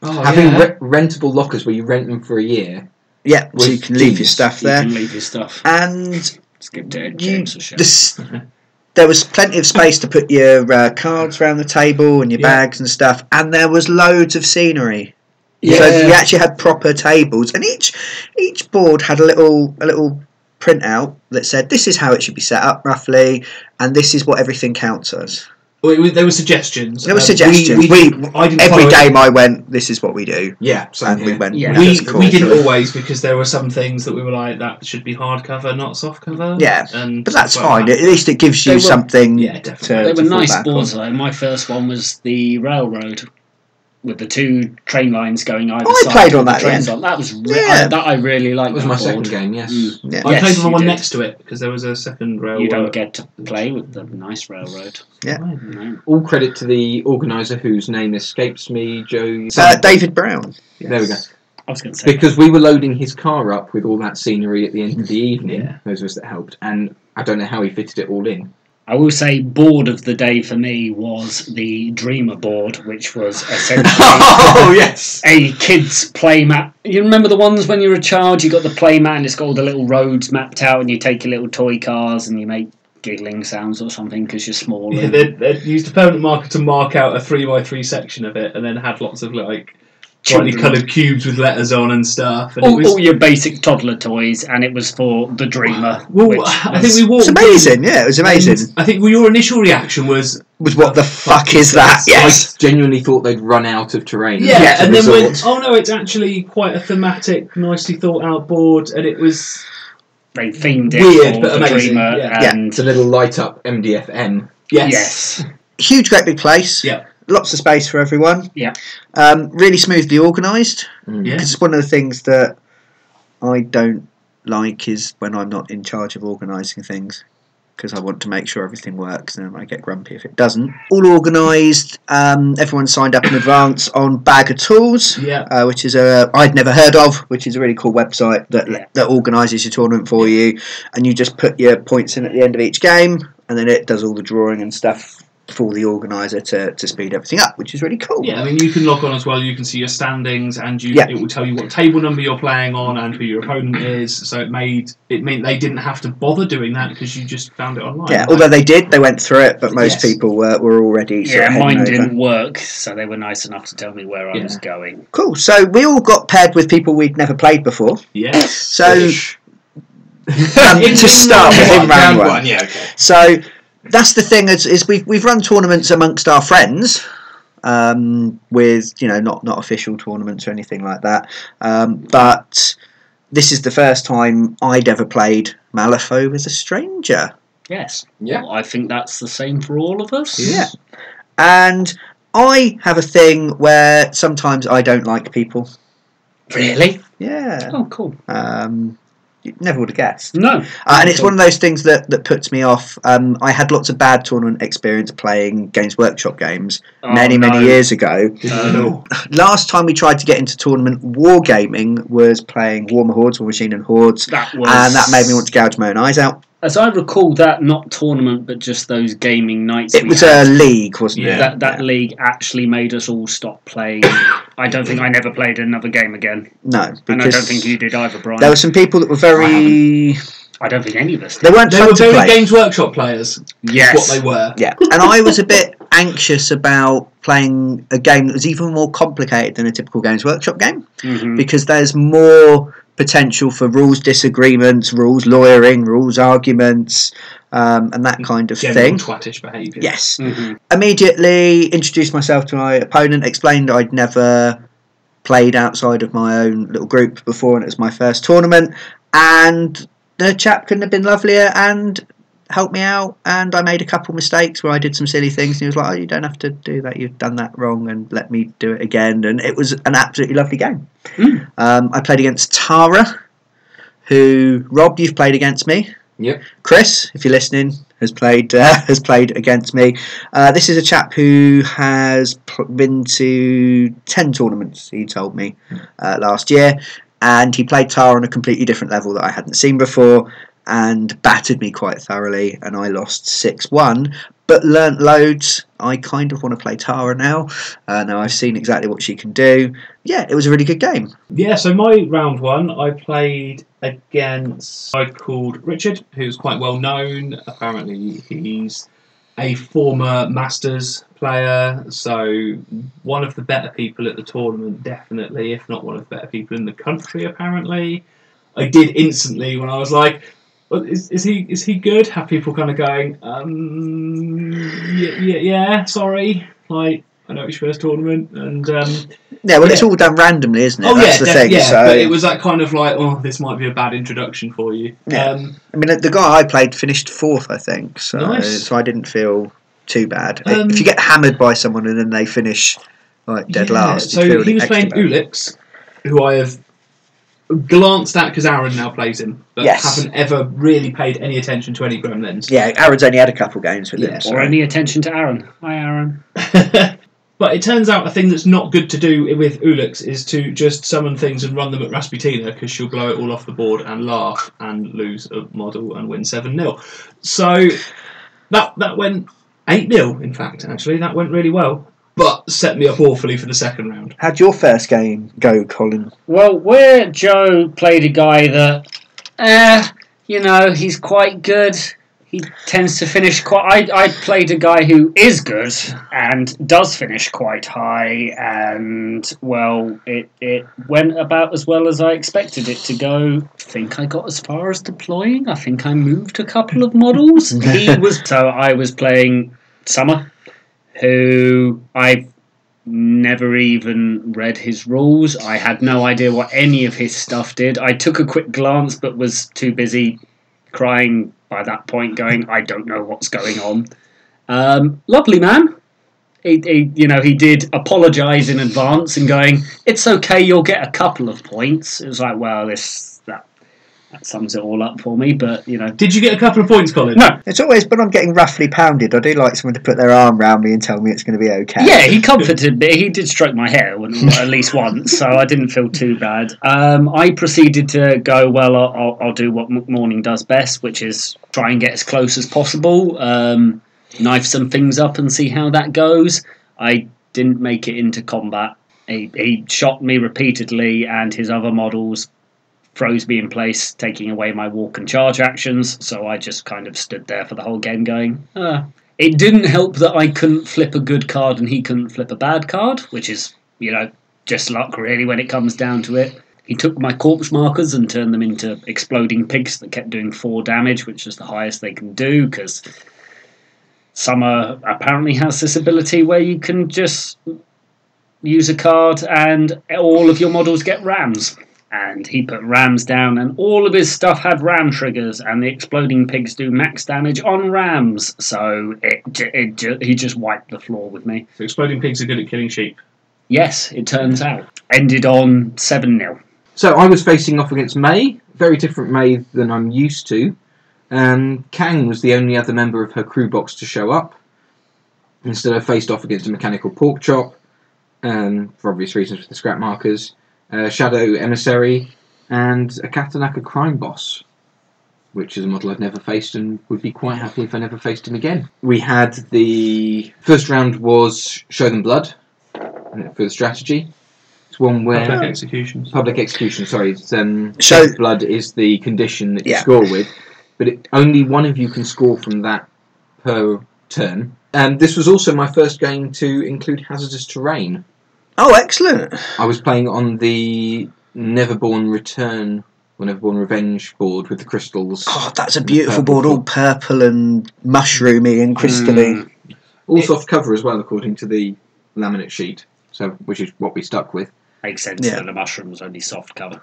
Oh, Having yeah. re- rentable lockers where you rent them for a year. Yeah, so With you can leave your genius. stuff You there. can leave your stuff. And Just give Derek you- James a show. this, there was plenty of space to put your uh, cards around the table and your Yeah. bags and stuff, and there was loads of scenery. yeah. So we actually had proper tables, and each each board had a little a little printout that said this is how it should be set up roughly, and this is what everything counts as. Well, it was, there were suggestions. There were Um, suggestions. We, We- we, didn't- I didn't Every follow it. game I went, this is what we do, Yeah, same and we here. went. Yeah. "Yeah, we, that's cool." we didn't always because there were some things that we were like that should be hardcover, not softcover. Yeah, and but that's well, fine. At least it gives you They were- something. Yeah, definitely. to- they to were fall nice back boards though. My first one was the railroad with the two train lines going either Oh, I side. played on with the that trains then. on. That was re- Yeah. I, that I really liked. That was that my board. second game. Yes, Mm. Yeah. I Yes, played with the you one did. next to it because there was a second railroad. You don't get to play with the nice railroad. Right. No. all credit to the organizer whose name escapes me, Joe. Uh, David Brown. [laughs] There we go. I was going to say Because we were loading his car up with all that scenery at the end [laughs] of the evening. Yeah. Those of us that helped, and I don't know how he fitted it all in. I will say, board of the day for me was the Dreamer board, [laughs] which was essentially oh yes. a kids' play mat. You remember the ones when you were a child? You got the play mat, and it's got all the little roads mapped out, and you take your little toy cars and you make giggling sounds or something because you're small. Yeah, and- they, they used a permanent marker to mark out a three by three section of it, and then had lots of like Oh, brightly Children. coloured cubes with letters on and stuff. And it all, was, all your basic toddler toys, and it was for the Dreamer. [sighs] well, which I was- think we It's walked. amazing. Yeah, it was in, amazing. and I think your initial reaction was was what the fuck is that? Yes. I genuinely thought they'd run out of terrain. Yeah, Yeah, and then resort. went, oh no, it's actually quite a thematic, nicely thought out board, and it was they themed it Weird, for but the amazing, Dreamer, yeah. Yeah. and It's a little light up MDFM. yes, yes. Huge, great big place. Yeah. Lots of space for everyone. Yeah. Um, really smoothly organised. yeah, Because one of the things that I don't like is when I'm not in charge of organising things. because I want to make sure everything works and then I get grumpy if it doesn't. All organised, um, everyone signed up in advance on Bag of Tools, Yeah. uh, which is a I'd never heard of, which is a really cool website that Yeah. that organises your tournament for you, and you just put your points in at the end of each game, and then it does all the drawing and stuff for the organiser to, to speed everything up, which is really cool. Yeah, I mean, you can log on as well. You can see your standings, and you Yeah. it will tell you what table number you're playing on and who your opponent is. So it made it meant they didn't have to bother doing that because you just found it online. Yeah, although they did, they went through it, but most Yes. people were, were already sort Yeah, of heading mine over. didn't work, so they were nice enough to tell me where I Yeah. was going. Cool. So we all got paired with people we'd never played before. yes. [laughs] So Ish. um, to start with in round one. yeah, okay. So that's the thing is, is we've we've run tournaments amongst our friends, um, with you know not not official tournaments or anything like that. Um, but this is the first time I'd ever played Malifaux with a stranger. Yes. Yeah. Well, I think that's the same for all of us. Yeah. And I have a thing where sometimes I don't like people. Really? Yeah. Oh, cool. Um, you never would have guessed. No. Uh, and it's one of those things that, that puts me off. Um, I had lots of bad tournament experience playing Games Workshop games Oh, many, no. many years ago. Um, [laughs] Last time we tried to get into tournament wargaming was playing Warmer Hordes, War Machine and Hordes, that was. and that made me want to gouge my own eyes out. As I recall, that not tournament, but just those gaming nights. It we was uh, had, a league, wasn't Yeah. it? that that league actually made us all stop [coughs] playing. I don't think I never played another game again, No, and I don't because think you did either, Brian. there were some people that were I very... I don't think any of us did. They weren't They fun were to very play. Games Workshop players. is Yes. What they were. Yeah, and I was a bit anxious about playing a game that was even more complicated than a typical Games Workshop game. Mhm. because there's more potential for rules disagreements, rules lawyering, rules arguments, um, and that kind of General thing. twattish behaviour. Yes. Mhm. Immediately introduced myself to my opponent, explained I'd never played outside of my own little group before and it was my first tournament, and the chap couldn't have been lovelier and helped me out and I made a couple mistakes where I did some silly things and he was like, Oh, you don't have to do that, you've done that wrong and let me do it again and it was an absolutely lovely game. Mm. Um, I played against Tara, who Rob, you've played against me. Yep. Chris, if you're listening, has played uh, [laughs] has played against me. Uh, this is a chap who has pl- been to ten tournaments. He told me uh, last year, and he played Tara on a completely different level that I hadn't seen before, and battered me quite thoroughly, and I lost six one. But learnt loads. I kind of want to play Tara now. Uh, now I've seen exactly what she can do. Yeah, it was a really good game. Yeah, so my round one, I played against a guy called Richard, who's quite well known. Apparently, he's a former Masters player, so one of the better people at the tournament, definitely, if not one of the better people in the country, apparently. I did instantly when I was like, well, is, is he is he good? Have people kind of going, um, yeah, yeah, yeah, sorry, like I know it's your first tournament, and um, Yeah, well, it's Yeah. all done randomly, isn't it? Oh That's yeah, the def- thing. yeah. so, But it was that kind of like, oh, this might be a bad introduction for you. Yeah. Um, I mean, the guy I played finished fourth, I think. So, Nice. so I didn't feel too bad. Um, if you get hammered by someone and then they finish like dead yeah, last, you So feel he was extra playing bad. Ulix, who I have glanced at because Aaron now plays him, but Yes. haven't ever really paid any attention to any Gremlins. Yeah, Aaron's only had a couple games with Yeah. him. Or So. any attention to Aaron. Hi, Aaron. but it turns out a thing that's not good to do with Ulix is to just summon things and run them at Rasputina because she'll blow it all off the board and laugh and lose a model and win 7 0. So that that went 8 0, in fact, actually. That went really well, but set me up awfully for the second round. How'd your first game go, Colin? Well, where Joe played a guy that, eh, you know, he's quite good. He tends to finish quite. I, I played a guy who is good and does finish quite high, and well, it, it went about as well as I expected it to go. I think I got as far as deploying. I think I moved a couple of models. he was so I was playing Summer, who I never even read his rules. I had no idea what any of his stuff did. I took a quick glance but was too busy crying by that point, going, I don't know what's going on. Um, lovely man. He, he, you know, he did apologise in advance and going, "It's okay, you'll get a couple of points." It was like, well, this that that sums it all up for me. But you know, Did you get a couple of points, Colin? No. It's always, but I'm getting roughly pounded. I do like someone to put their arm round me and tell me it's going to be okay. yeah, he comforted me. He did stroke my hair when- at least once, so I didn't feel too bad. Um, I proceeded to go well. I'll, I'll, I'll do what morning does best, which is try and get as close as possible, um, knife some things up, and see how that goes. I didn't make it into combat. He, he shot me repeatedly, and his other models froze me in place, taking away my walk and charge actions. So I just kind of stood there for the whole game, going, ah. It didn't help that I couldn't flip a good card and he couldn't flip a bad card, which is, you know, just luck really when it comes down to it. He took my corpse markers and turned them into exploding pigs that kept doing four damage, which is the highest they can do because Summer apparently has this ability where you can just use a card and all of your models get rams. And he put rams down, and all of his stuff had ram triggers, and the exploding pigs do max damage on rams. So it, ju- it, ju- he just wiped the floor with me. So exploding pigs are good at killing sheep. Yes, it turns out. Ended on 7 0. So I was facing off against May, very different May than I'm used to. Um, Kang was the only other member of her crew box to show up. Instead, I faced off against a mechanical pork chop, um, for obvious reasons with the scrap markers, a shadow emissary, and a Katanaka crime boss, which is a model I've never faced and would be quite happy if I never faced him again. We had the first round was show them blood uh, for the strategy. It's one where Public executions. public execution. Sorry, it's, um, So- death blood is the condition that you Yeah. score with, but it, only one of you can score from that per turn. And this was also my first game to include hazardous terrain. Oh, excellent. I was playing on the Neverborn Return, or Neverborn Revenge board with the crystals. Oh, that's a beautiful board, all purple and mushroomy and crystalline. Mm. All soft cover as well, according to the laminate sheet. So, which is what we stuck with. Makes sense Yeah. that a mushroom's only soft cover.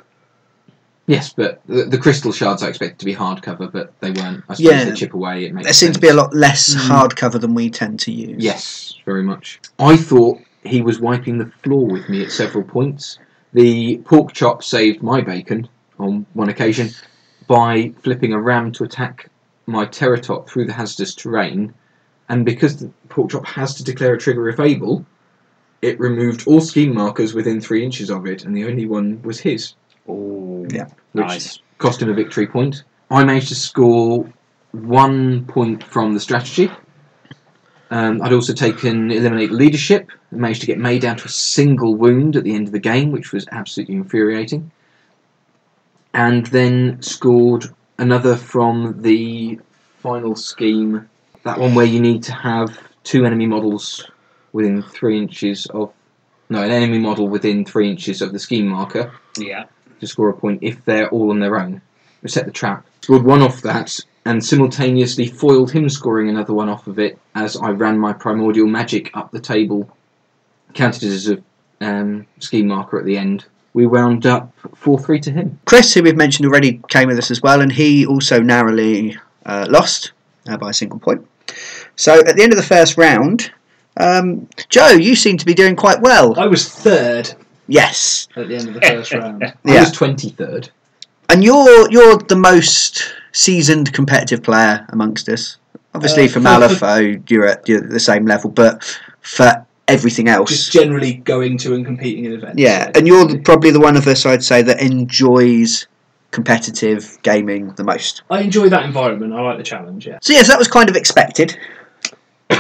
Yes, but the, the crystal shards I expected to be hard cover, but they weren't. I suppose Yeah. they chip away. It makes There seems sense. to be a lot less Mm. hardcover than we tend to use. Yes, very much. I thought he was wiping the floor with me at several points. The pork chop saved my bacon on one occasion by flipping a ram to attack my pterodot through the hazardous terrain, and because the pork chop has to declare a trigger if able, it removed all scheme markers within three inches of it, and the only one was his, Ooh. Yeah. which Nice. cost him a victory point. I managed to score one point from the strategy. Um, I'd also taken eliminate leadership and managed to get May down to a single wound at the end of the game, which was absolutely infuriating. And then scored another from the final scheme, that one where you need to have two enemy models within three inches of, no, an enemy model within three inches of the scheme marker Yeah. to score a point if they're all on their own. We set the trap. Scored one off that and simultaneously foiled him scoring another one off of it as I ran my primordial magic up the table, counted as a um, scheme marker at the end. We wound up 4 3 to him. Chris, who we've mentioned already, came with us as well, and he also narrowly uh, lost uh, by a single point. So at the end of the first round, um, Joe, you seem to be doing quite well. I was third Yes, at the end of the first round. I yeah, was 23rd. and you're you're the most seasoned competitive player amongst us. Obviously, Uh, for for- [laughs] Malifaux, you're at, you're at the same level, but for everything else, Just generally going to and competing in events. yeah, and you're the, probably the one of us I'd say that enjoys competitive gaming the most. I enjoy that environment. I like the challenge. Yeah. So yes, that was kind of expected.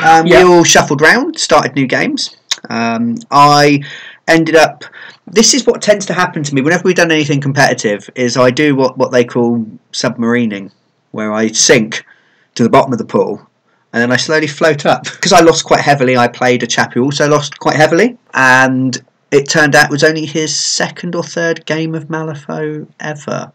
Um, Yeah. We all shuffled round, started new games. Um, I ended up. This is what tends to happen to me whenever we've done anything competitive. Is I do what what they call submarining, where I sink to the bottom of the pool. And then I slowly float up because I lost quite heavily. I played a chap who also lost quite heavily, and it turned out it was only his second or third game of Malifaux ever,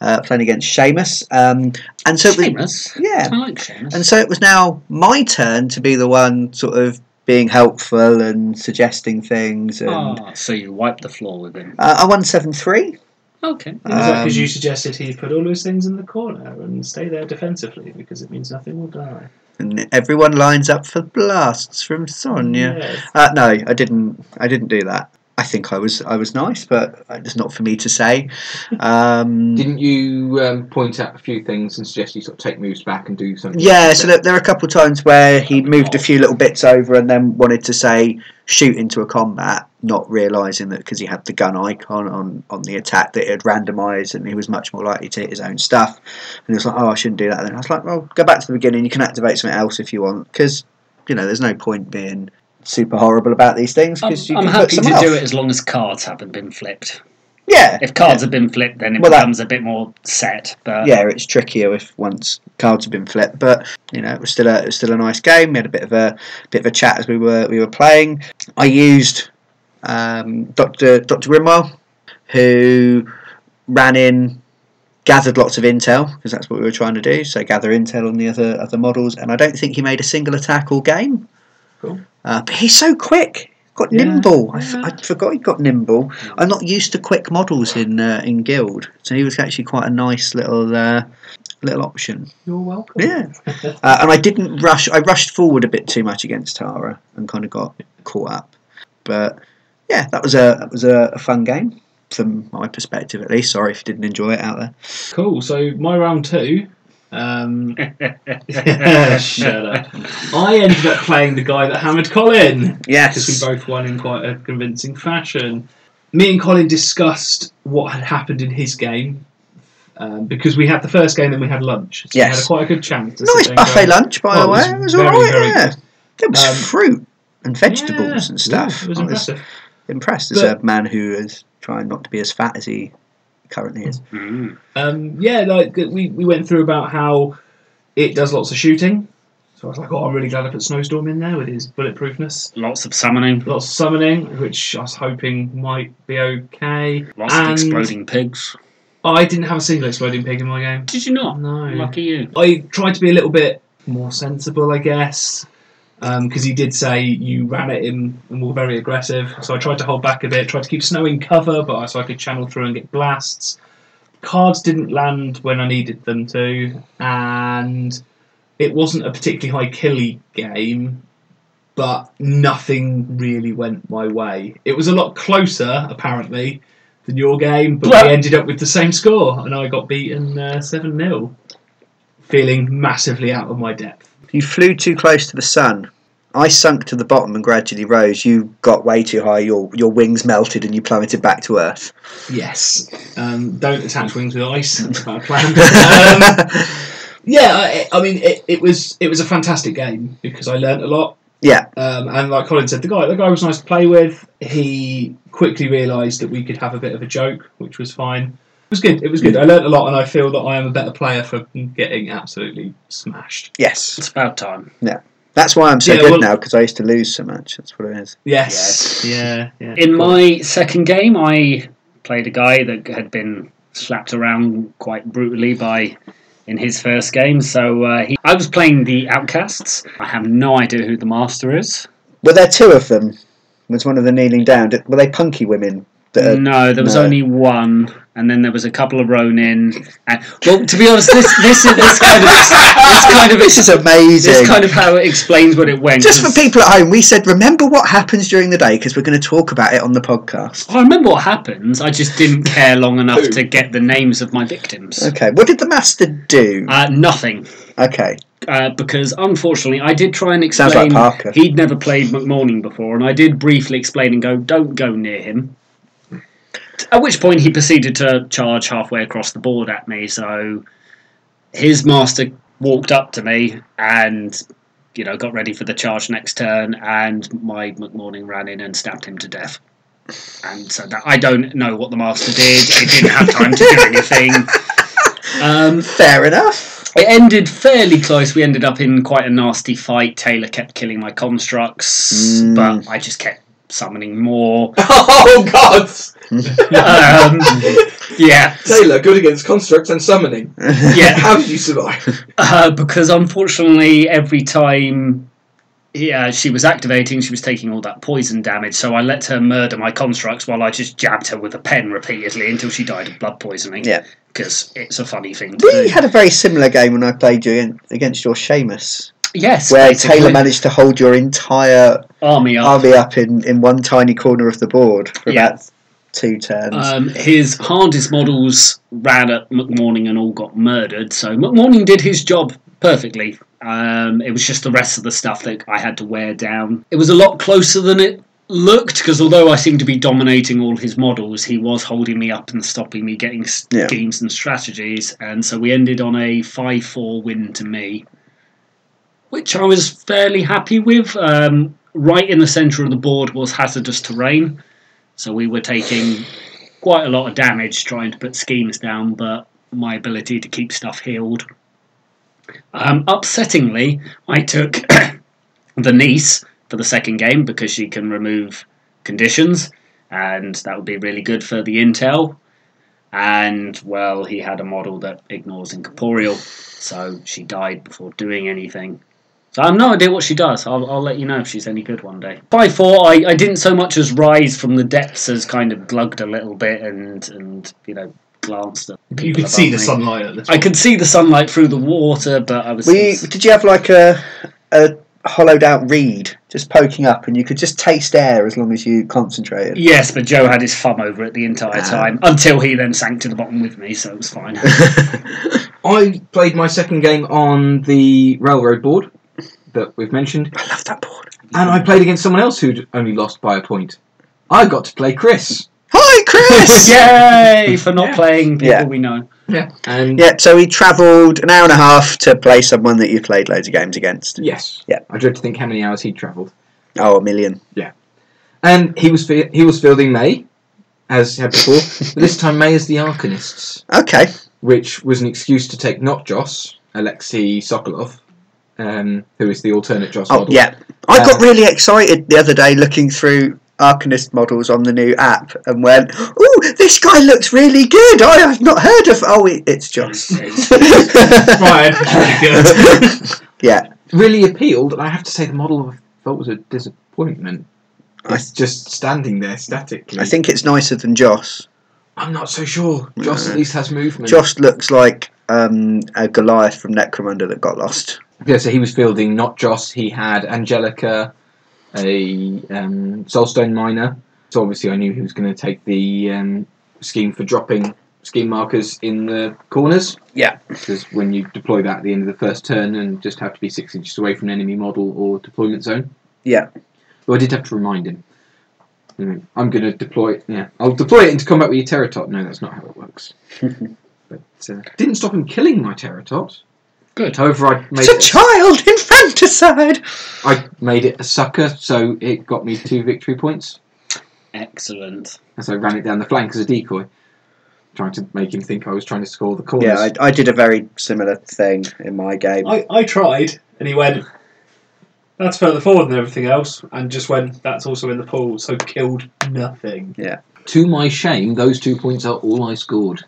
uh, playing against Seamus. Um, and so it was- Seamus? yeah. I like Seamus. and so it was now my turn to be the one sort of being helpful and suggesting things. And Ah, so you wiped the floor with him. uh, I won seven three. Okay. It was like because Um, you suggested he put all those things in the corner and stay there defensively because it means nothing will die. And everyone lines up for blasts from Sonia. Yes. Uh, no, I didn't. I didn't do that. I I think I was I was nice, but it's not for me to say. Um, Didn't you um, point out a few things and suggest you sort of take moves back and do something? Yeah, so there, there are a couple of times where he moved a few little bits over and then wanted to say shoot into a combat, not realizing that because he had the gun icon on, on the attack that it had randomized and he was much more likely to hit his own stuff. And he was like, oh, I shouldn't do that. And I was like, well, go back to the beginning. You can activate something else if you want because, you know, there's no point being super horrible about these things I'm, because you I'm can put happy to someone do off. it as long as cards haven't been flipped. Yeah. If cards have been flipped, then it Well, that- becomes a bit more set. But yeah, it's trickier if once cards have been flipped. But you know, it was still a it was still a nice game. We had a bit of a bit of a chat as we were we were playing. I used um, Doctor Doctor Grimwell, who ran in. Gathered lots of intel because that's what we were trying to do. So gather intel on the other other models, and I don't think he made a single attack all game. Cool. Uh, but he's so quick, got Yeah, nimble. I, f- yeah. I forgot he got nimble. I'm not used to quick models in uh, in Guild, so he was actually quite a nice little uh, little option. You're welcome. Yeah, uh, and I didn't rush. I rushed forward a bit too much against Tara and kind of got caught up. But yeah, that was a that was a, a fun game from my perspective at least. Sorry if you didn't enjoy it out there. [laughs] Cool. So my round two. [laughs] Um, shut up. I ended up playing the guy that hammered Colin. because Yes, we both won in quite a convincing fashion. Me and Colin discussed what had happened in his game um, because we had the first game, then we had lunch. So Yes. we had quite a good chance. to nice sit there and buffet go, lunch by Well, the Oh, it way. was It was all very, right. very Yeah, there was Um, fruit and vegetables "Yeah, and stuff. yeah, it was I was impressive. impressed as a man who is trying not to be as fat as he currently is. Mm. Um, yeah, like we, we went through about how it does lots of shooting. So I was like, oh, I'm really glad I put Snowstorm in there with his bulletproofness. lots of summoning, Lots of summoning, which I was hoping might be okay. lots And- of exploding pigs. I didn't have a single exploding pig in my game. Did you not? No. Lucky you. I tried to be a little bit more sensible, I guess, because um, he did say you ran at him and were very aggressive. So I tried to hold back a bit, tried to keep Snow in cover, but I, so I could channel through and get blasts. Cards didn't land when I needed them to, and it wasn't a particularly high killy game, but nothing really went my way. It was a lot closer, apparently, than your game, but Blah. we ended up with the same score, and I got beaten 7 0, feeling massively out of my depth. You flew too close to the sun. I sunk to the bottom and gradually rose. You got way too high. Your your wings melted and you plummeted back to [laughs] earth. Yes. Um, don't attach wings with ice. That's my [laughs] plan. [laughs] Um, yeah, I, I mean, it, it was it was a fantastic game because I learnt a lot. yeah, Um, and like Colin said, the guy the guy was nice to play with. He quickly realised that we could have a bit of a joke, which was fine. It was good. It was good. I learnt a lot, and I feel that I am a better player for getting absolutely smashed. yes. It's about time. That's why I'm so Yeah, good well- now because I used to lose so much. That's what it is. Yes. Yeah. yeah. In my second game, I played a guy that had been slapped around quite brutally by in his first game. So uh, he, I was playing the Outcasts. I have no idea who the master is. Were there two of them? Was one of them kneeling down? Did- Were they punky women? That are, no, there was Uh, no. only one, and then there was a couple of Ronin. And well, to be honest, this this is this kind of this kind [laughs] of this is amazing. this kind of how it explains what it went. Just for 'cause people at home, we said remember what happens during the day because we're going to talk about it on the podcast. I remember what happens. I just didn't care long enough to get the names of my victims. Okay, what did the master do? Uh, nothing. Okay, uh, because unfortunately I did try and explain Sounds like Parker. he'd never played McMorning before, and I did briefly explain and go, "Don't go near him." At which point he proceeded to charge halfway across the board at me. So his master walked up to me and you know got ready for the charge next turn, and my McMorning ran in and stabbed him to death. And so that I don't know what the master did. It didn't have time to [laughs] do anything. Um, fair enough. [laughs] it ended fairly close. We ended up in quite a nasty fight. Taylor kept killing my constructs, Mm. but I just kept summoning more. [laughs] Oh God! [laughs] um, yeah, Taylor, good against constructs and summoning. yeah. How did you survive? Uh, because unfortunately, every time yeah, she was activating, she was taking all that poison damage. So I let her murder my constructs while I just jabbed her with a pen repeatedly until she died of blood poisoning. Yeah. because it's a funny thing to We do. had a very similar game when I played you in- against your Seamus. Yes, where basically. Taylor managed to hold your entire army Oh, up. army up in, in one tiny corner of the board for Yeah. about two turns. Um, his hardest models ran at McMorning and all got murdered. So McMorning did his job perfectly. Um, it was just the rest of the stuff that I had to wear down. It was a lot closer than it looked because although I seemed to be dominating all his models, he was holding me up and stopping me getting s- Yeah. schemes and strategies. And so we ended on a 5 4 win to me, which I was fairly happy with. Um, right in the centre of the board was hazardous terrain. So we were taking quite a lot of damage trying to put schemes down, but my ability to keep stuff healed. Um, upsettingly, I took [coughs] the niece for the second game because she can remove conditions, and that would be really good for the intel. And well, he had a model that ignores incorporeal, so she died before doing anything. So I have no idea what she does. I'll, I'll let you know if she's any good one day. By four, I, I didn't so much as rise from the depths as kind of glugged a little bit and and you know glanced at. People You could above see the me. sunlight at [laughs] this. I could see the sunlight through the water, but I was. Were you, did you have like a, a hollowed out reed just poking up and you could just taste air as long as you concentrated? Yes, but Joe had his thumb over it the entire Ah. time until he then sank to the bottom with me, so it was fine. I played my second game on the railroad board that we've mentioned, I love that board. and I played against someone else who'd only lost by a point. I got to play Chris, [laughs] Hi, [laughs] Chris! Yay for not Yeah. playing people Yeah. we know. and Yeah, so we travelled an hour and a half to play someone that you played loads of games against. yes, Yeah. I dread to think how many hours he'd travelled. Oh, a million. And he was fi- he was fielding May, as [laughs] had before. but this time May is the Arcanists, Okay. which was an excuse to take not Joss, Alexei Sokolov, um, who is the alternate Joss Oh, model. yeah. I got Um, really excited the other day looking through Arcanist models on the new app and went, "Oh, this guy looks really good. I have not heard of. Oh, it, it's [laughs] Joss." [laughs] Right, [laughs] pretty good. Really appealed, and I have to say the model I felt was a disappointment. I- It's just standing there statically. I think it's nicer than Joss. I'm not so sure. Joss at least has movement. Joss looks like um, a Goliath from Necromunda that got lost. Yeah, so he was fielding not Joss. He had Angelica, a um, Soulstone miner. So obviously, I knew he was going to take the um, scheme for dropping scheme markers in the corners. Yeah. because when you deploy that at the end of the first turn, and just have to be six inches away from an enemy model or deployment zone. Yeah. But I did have to remind him. You know, I'm going to deploy. Yeah, I'll deploy it into combat with your Terratop. No, that's not how [laughs] it works. but uh, didn't stop him killing my Terratop. Good. However, I made It's a it- child infanticide. I made it a sucker, so it got me two victory points Excellent. as I ran it down the flank as a decoy, trying to make him think I was trying to score the corners. Yeah, I, I did a very similar thing in my game. I, I tried, and he went, that's further forward than everything else, and just went, that's also in the pool, so killed nothing. To my shame, those two points are all I scored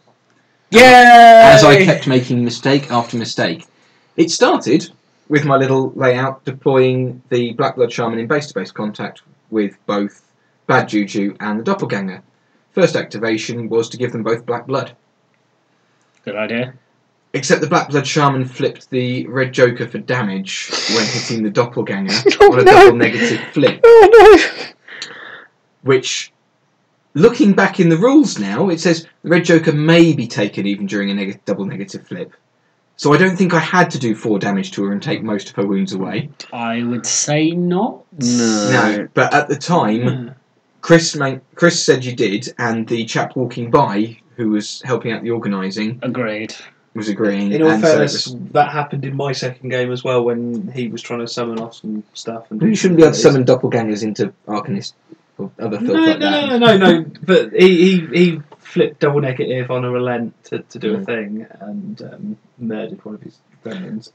Yeah. as I kept making mistake after mistake. It started with my little layout deploying the Black Blood Shaman in base to base contact with both Bad Juju and the Doppelganger. First activation was to give them both Black Blood. Good idea. Except the Black Blood Shaman flipped the Red Joker for damage when hitting [laughs] the Doppelganger on a Oh, no. double negative flip. oh no! Which, looking back in the rules now, it says the Red Joker may be taken even during a neg- double negative flip. So I don't think I had to do four damage to her and take most of her wounds away. I would say not. No. No, but at the Mm. time, Chris ma- Chris said you did, and the chap walking by who was helping out the organising Agreed. was agreeing. In all and so it fairness, was- that happened in my second game as well when he was trying to summon off some stuff. And you shouldn't be able to summon doppelgangers into Arcanist or other filth No, like that. no, no, no, no, no. But he, he, he flipped double negative on a relent to, to do a Mm. thing and um, murdered one of his gremlins.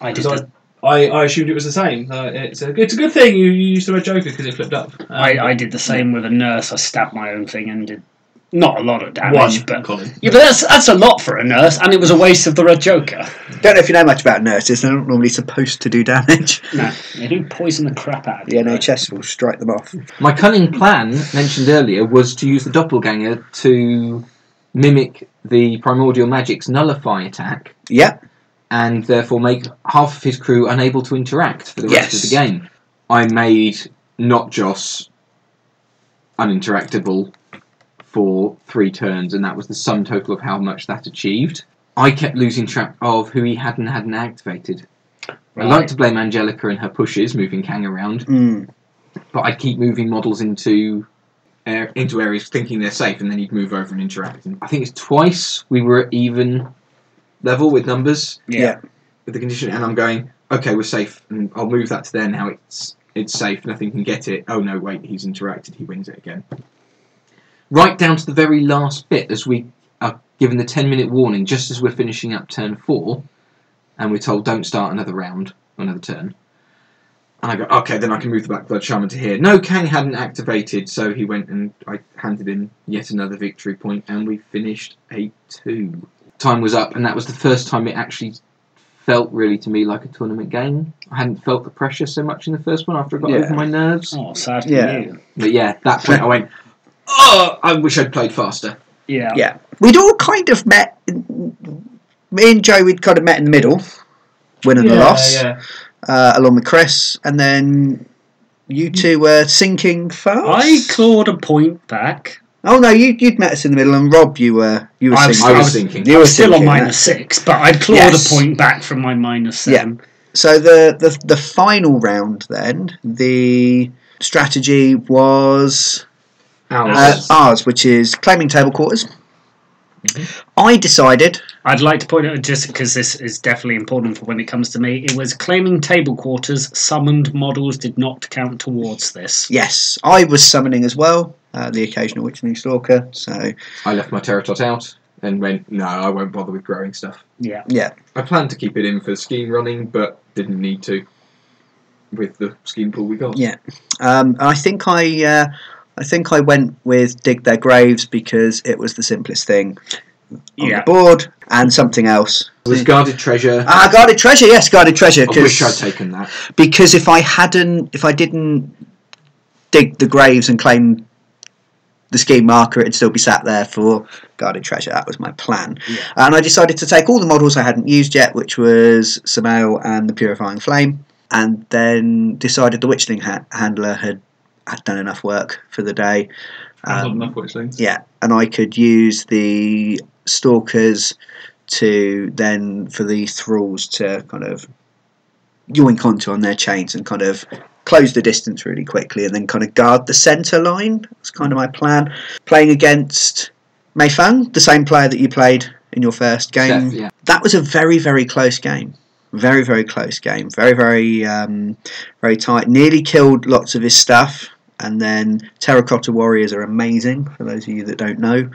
I did. Because The, I, I assumed it was the same. Uh, it's, a, it's a good thing you, you used the red joker because it flipped up. Um, I, I did the same with a nurse. I stabbed my own thing and did not a lot of damage, one, but Colin. yeah, but that's that's a lot for a nurse, and it was a waste of the red joker. Don't know if you know much about nurses. They're not normally supposed to do damage. No, they do poison the crap out of The you. NHS will strike them off. My cunning plan mentioned earlier was to use the doppelganger to mimic the primordial magic's nullify attack Yeah, and therefore make half of his crew unable to interact for the rest Yes. of the game. I made not Joss uninteractable for three turns, and that was the sum total of how much that achieved. I kept losing track of who he had and hadn't activated. I like to blame Angelica and her pushes, moving Kang around, Mm. but I'd keep moving models into uh, into areas thinking they're safe, and then you'd move over and interact. And I think it's twice we were at even level with numbers Yeah. with the condition, and I'm going, okay, we're safe, and I'll move that to there now. It's it's safe, nothing can get it. Oh no, wait, he's interacted, he wins it again. Right down to the very last bit, as we are given the ten minute warning, just as we're finishing up turn four, and we're told don't start another round, another turn. And I go, okay, then I can move the Black Blood Shaman to here. No, Kang hadn't activated, so he went and I handed him yet another victory point, and we finished 8 2. Time was up, and that was the first time it actually felt really to me like a tournament game. I hadn't felt the pressure so much in the first one after I got Yeah. over my nerves. Oh, sad for Yeah. you. But yeah, at that point I went, oh, I wish I'd played faster. Yeah. Yeah. We'd all kind of met. Me and Joe, we'd kind of met in the middle, win and a loss, yeah. Uh, along with Chris, and then you two were sinking fast. I clawed a point back. oh no, you you'd met us in the middle, and Rob, you were you were I was- sinking. I I was was- thinking, you were Still on sinking, minus that's it. six, but I clawed Yes. a point back from my minus Yeah. seven. So the, the the final round then the strategy was ours. uh, ours, which is claiming table quarters. I decided I'd like to point out, just because this is definitely important for when it comes to me, it was claiming table quarters, summoned models did not count towards this. yes, I was summoning as well, uh, the occasional witching stalker. So I left my Terratot out and went, no, I won't bother with growing stuff. Yeah. I planned to keep it in for scheme running, but didn't need to with the scheme pool we got. Yeah. um, I think I uh, I think I went with dig their graves because it was the simplest thing on Yeah. the board and something else. It was guarded treasure. Ah, guarded treasure, yes, guarded treasure. I 'cause- wish I'd taken that. because if I hadn't, if I didn't dig the graves and claim the scheme marker, it'd still be sat there for guarded treasure. That was my plan, Yeah. and I decided to take all the models I hadn't used yet, which was Samael and the Purifying Flame, and then decided the Witchling ha- Handler had had done enough work for the day. I've got Um, enough witchlings. yeah, and I could use the stalkers to then for the thralls to kind of yoink onto on their chains and kind of close the distance really quickly and then kind of guard the centre line. That's kind of my plan. Playing against Meifang, the same player that you played in your first game. Seth, yeah. That was a very, very close game. Very, very close game. Very, very, um, very tight. Nearly killed lots of his stuff. And then Terracotta Warriors are amazing. For those of you that don't know,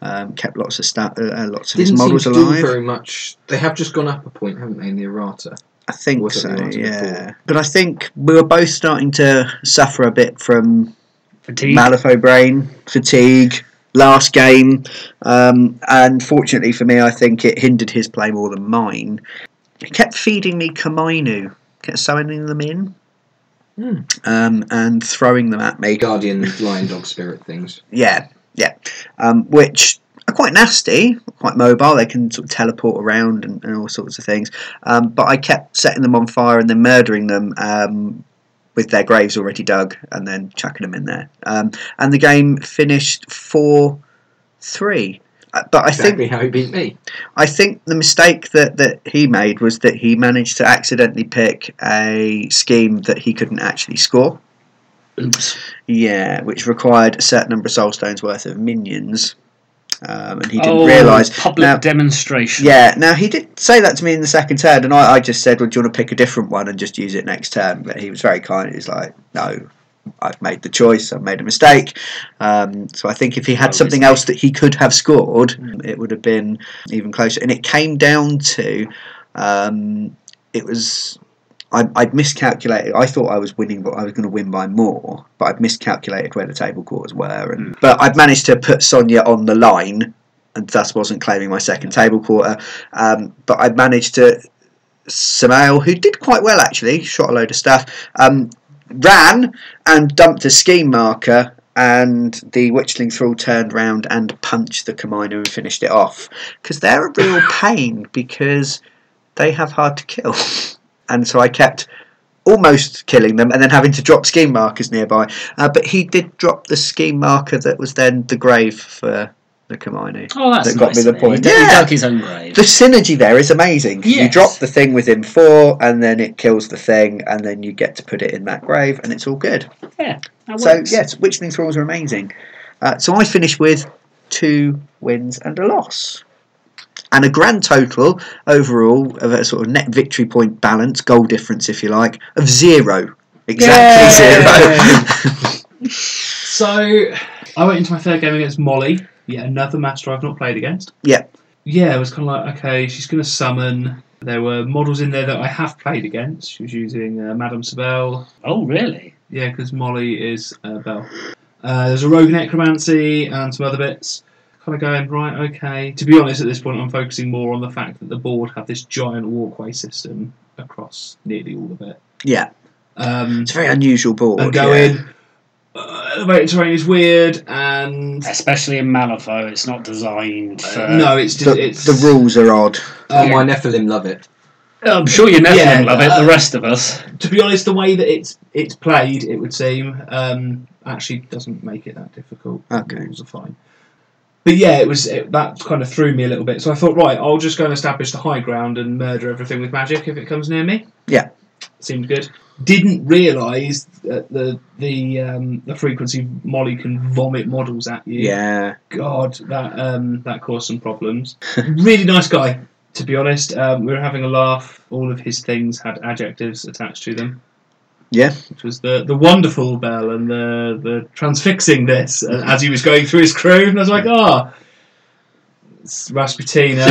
um, kept lots of sta- uh, uh, lots of his Didn't seem models to do alive. very much. They have just gone up a point, haven't they, in the errata? I think Was it so. the answer Yeah, before? but I think we were both starting to suffer a bit from Fatigue. Malifaux brain fatigue. Last game, um, and fortunately for me, I think it hindered his play more than mine. He kept feeding me Kamainu, kept summoning them in, Hmm. um, and throwing them at me. Guardian lion dog spirit things. Yeah, yeah. Um, which are quite nasty, quite mobile. They can sort of teleport around and, and all sorts of things. Um, but I kept setting them on fire and then murdering them um, with their graves already dug and then chucking them in there. Um, and the game finished 4 3. But I think Exactly how he beat me. I think the mistake that, that he made was that he managed to accidentally pick a scheme that he couldn't actually score. Oops. Yeah, which required a certain number of soul stones worth of minions, um, and he didn't Oh, realise. Public Now- demonstration. Yeah, now he did say that to me in the second turn, and I, I just said, "Well, do you want to pick a different one and just use it next turn?" But he was very kind. He was like, "No, I've made the choice. I've made a mistake." Um, so I think if he had Well, something else that he could have scored, it would have been even closer. And it came down to um, it was. I, I'd miscalculated. I thought I was winning, but I was going to win by more. But I'd miscalculated where the table quarters were, and but I'd managed to put Sonia on the line, and thus wasn't claiming my second table quarter. Um, but I managed to Samael, who did quite well actually, shot a load of stuff, um, ran and dumped a scheme marker, and the Witchling Thrall turned round and punched the Kamino and finished it off. Because they're a real pain because they have hard to kill. [laughs] And so I kept almost killing them and then having to drop scheme markers nearby. Uh, but he did drop the scheme marker that was then the grave for the Kamini. Oh, that's That got nice me the of him. point. He, dug- he Yeah. dug his own grave. The synergy there is amazing. You Yes. drop the thing within four and then it kills the thing and then you get to put it in that grave and it's all good. That So, works. yes, Witchling Thralls are amazing. Uh, so I finished with two wins and a loss. And a grand total overall of a sort of net victory point balance, goal difference, if you like, of zero. Exactly [laughs] zero. [laughs] So I went into my third game against Molly. Yeah, another master I've not played against. Yeah. Yeah, it was kind of like okay, she's going to summon. There were models in there that I have played against. She was using uh, Madame Sabelle. Oh, really? Yeah, because Molly is uh, Belle. Uh, there's a rogue necromancy and some other bits. Kind of going right, okay. To be honest, at this point, I'm focusing more on the fact that the board have this giant walkway system across nearly all of it. yeah, Um, it's a very unusual board. and yeah. going. Uh, elevated terrain is weird, and Especially in Malifaux, it's not designed for. Uh, no, it's just The, it's the rules are odd. Oh, um, my Nephilim love it. I'm sure you never Yeah, love it. uh, the rest of us. to be honest, the way that it's it's played, it would seem, um, actually doesn't make it that difficult. Okay. The rules are fine. But yeah, it was it, that kind of threw me a little bit. So I thought, right, I'll just go and establish the high ground and murder everything with magic if it comes near me. Yeah. seemed good. Didn't realise that the the um, the frequency Molly can vomit models at you. Yeah. God, that um, that caused some problems. really nice guy, to be honest. Um, we were having a laugh. All of his things had adjectives attached to them. Yeah. which was the the wonderful bell and the the transfixing this and as he was going through his crew, and I was like, ah. it's Rasputina,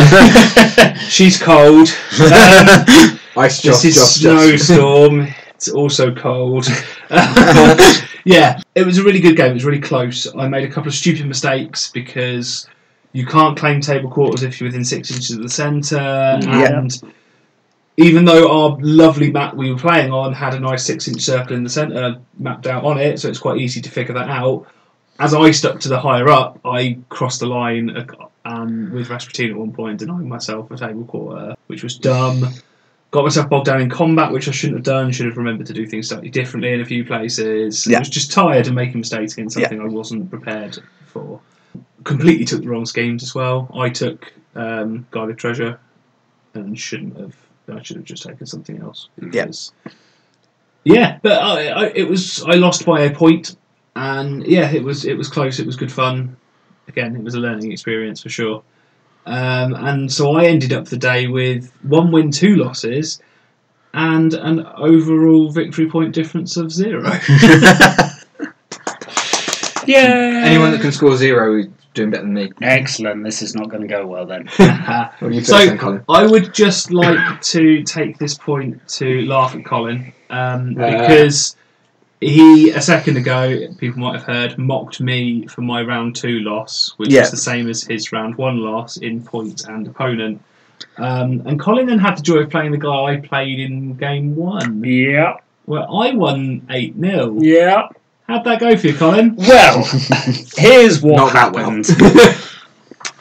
she's cold. Um, Ice this Joss, is Joss, [laughs] [laughs] Joss. snowstorm. it's also cold. [laughs] yeah, it was a really good game. It was really close. I made a couple of stupid mistakes because you can't claim table quarters if you're within six inches of the centre. Yeah. And even though our lovely map we were playing on had a nice six-inch circle in the centre mapped out on it, so it's quite easy to figure that out. As I stuck to the higher up, I crossed the line ac- um, with Rasputin at one point, denying myself a table quarter, which was dumb. Got myself bogged down in combat, which I shouldn't have done. Should have remembered to do things slightly differently in a few places. Yeah. I was just tired and making mistakes against Yeah. something I wasn't prepared for. Completely took the wrong schemes as well. I took um, guided treasure and shouldn't have. I should have just taken something else. because- Yeah, but I, I, it was. I lost by a point, and yeah, it was. It was close. It was good fun. Again, it was a learning experience for sure. Um, and so I ended up the day with one win, two losses, and an overall victory point difference of zero. Yeah. Anyone that can score zero is doing better than me. Excellent. This is not going to go [laughs] well then. [laughs] What do you So- think, then, Colin? I would just like to take this point to laugh at Colin um, Uh. because he a second ago people might have heard mocked me for my round two loss, which Yeah. is the same as his round one loss in points and opponent. Um, and Colin then had the joy of playing the guy I played in game one, yeah. where I won eight 0 Yeah. How'd that go for you, Colin? Well, [laughs] here's what Not that well. happened.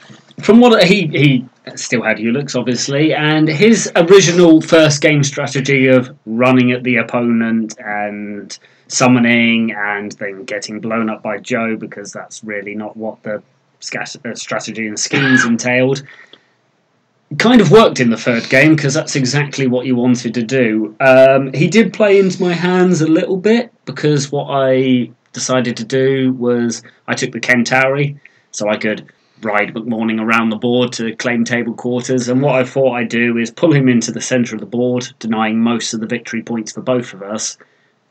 [laughs] From what he he still had Ulux, obviously, and his original first game strategy of running at the opponent and summoning and then getting blown up by Joe because that's really not what the scat- uh, strategy and schemes entailed. Kind of worked in the third game because that's exactly what you wanted to do. Um, he did play into my hands a little bit because what I decided to do was I took the Kentauri so I could ride McMorning around the board to claim table quarters. And what I thought I'd do is pull him into the centre of the board, denying most of the victory points for both of us,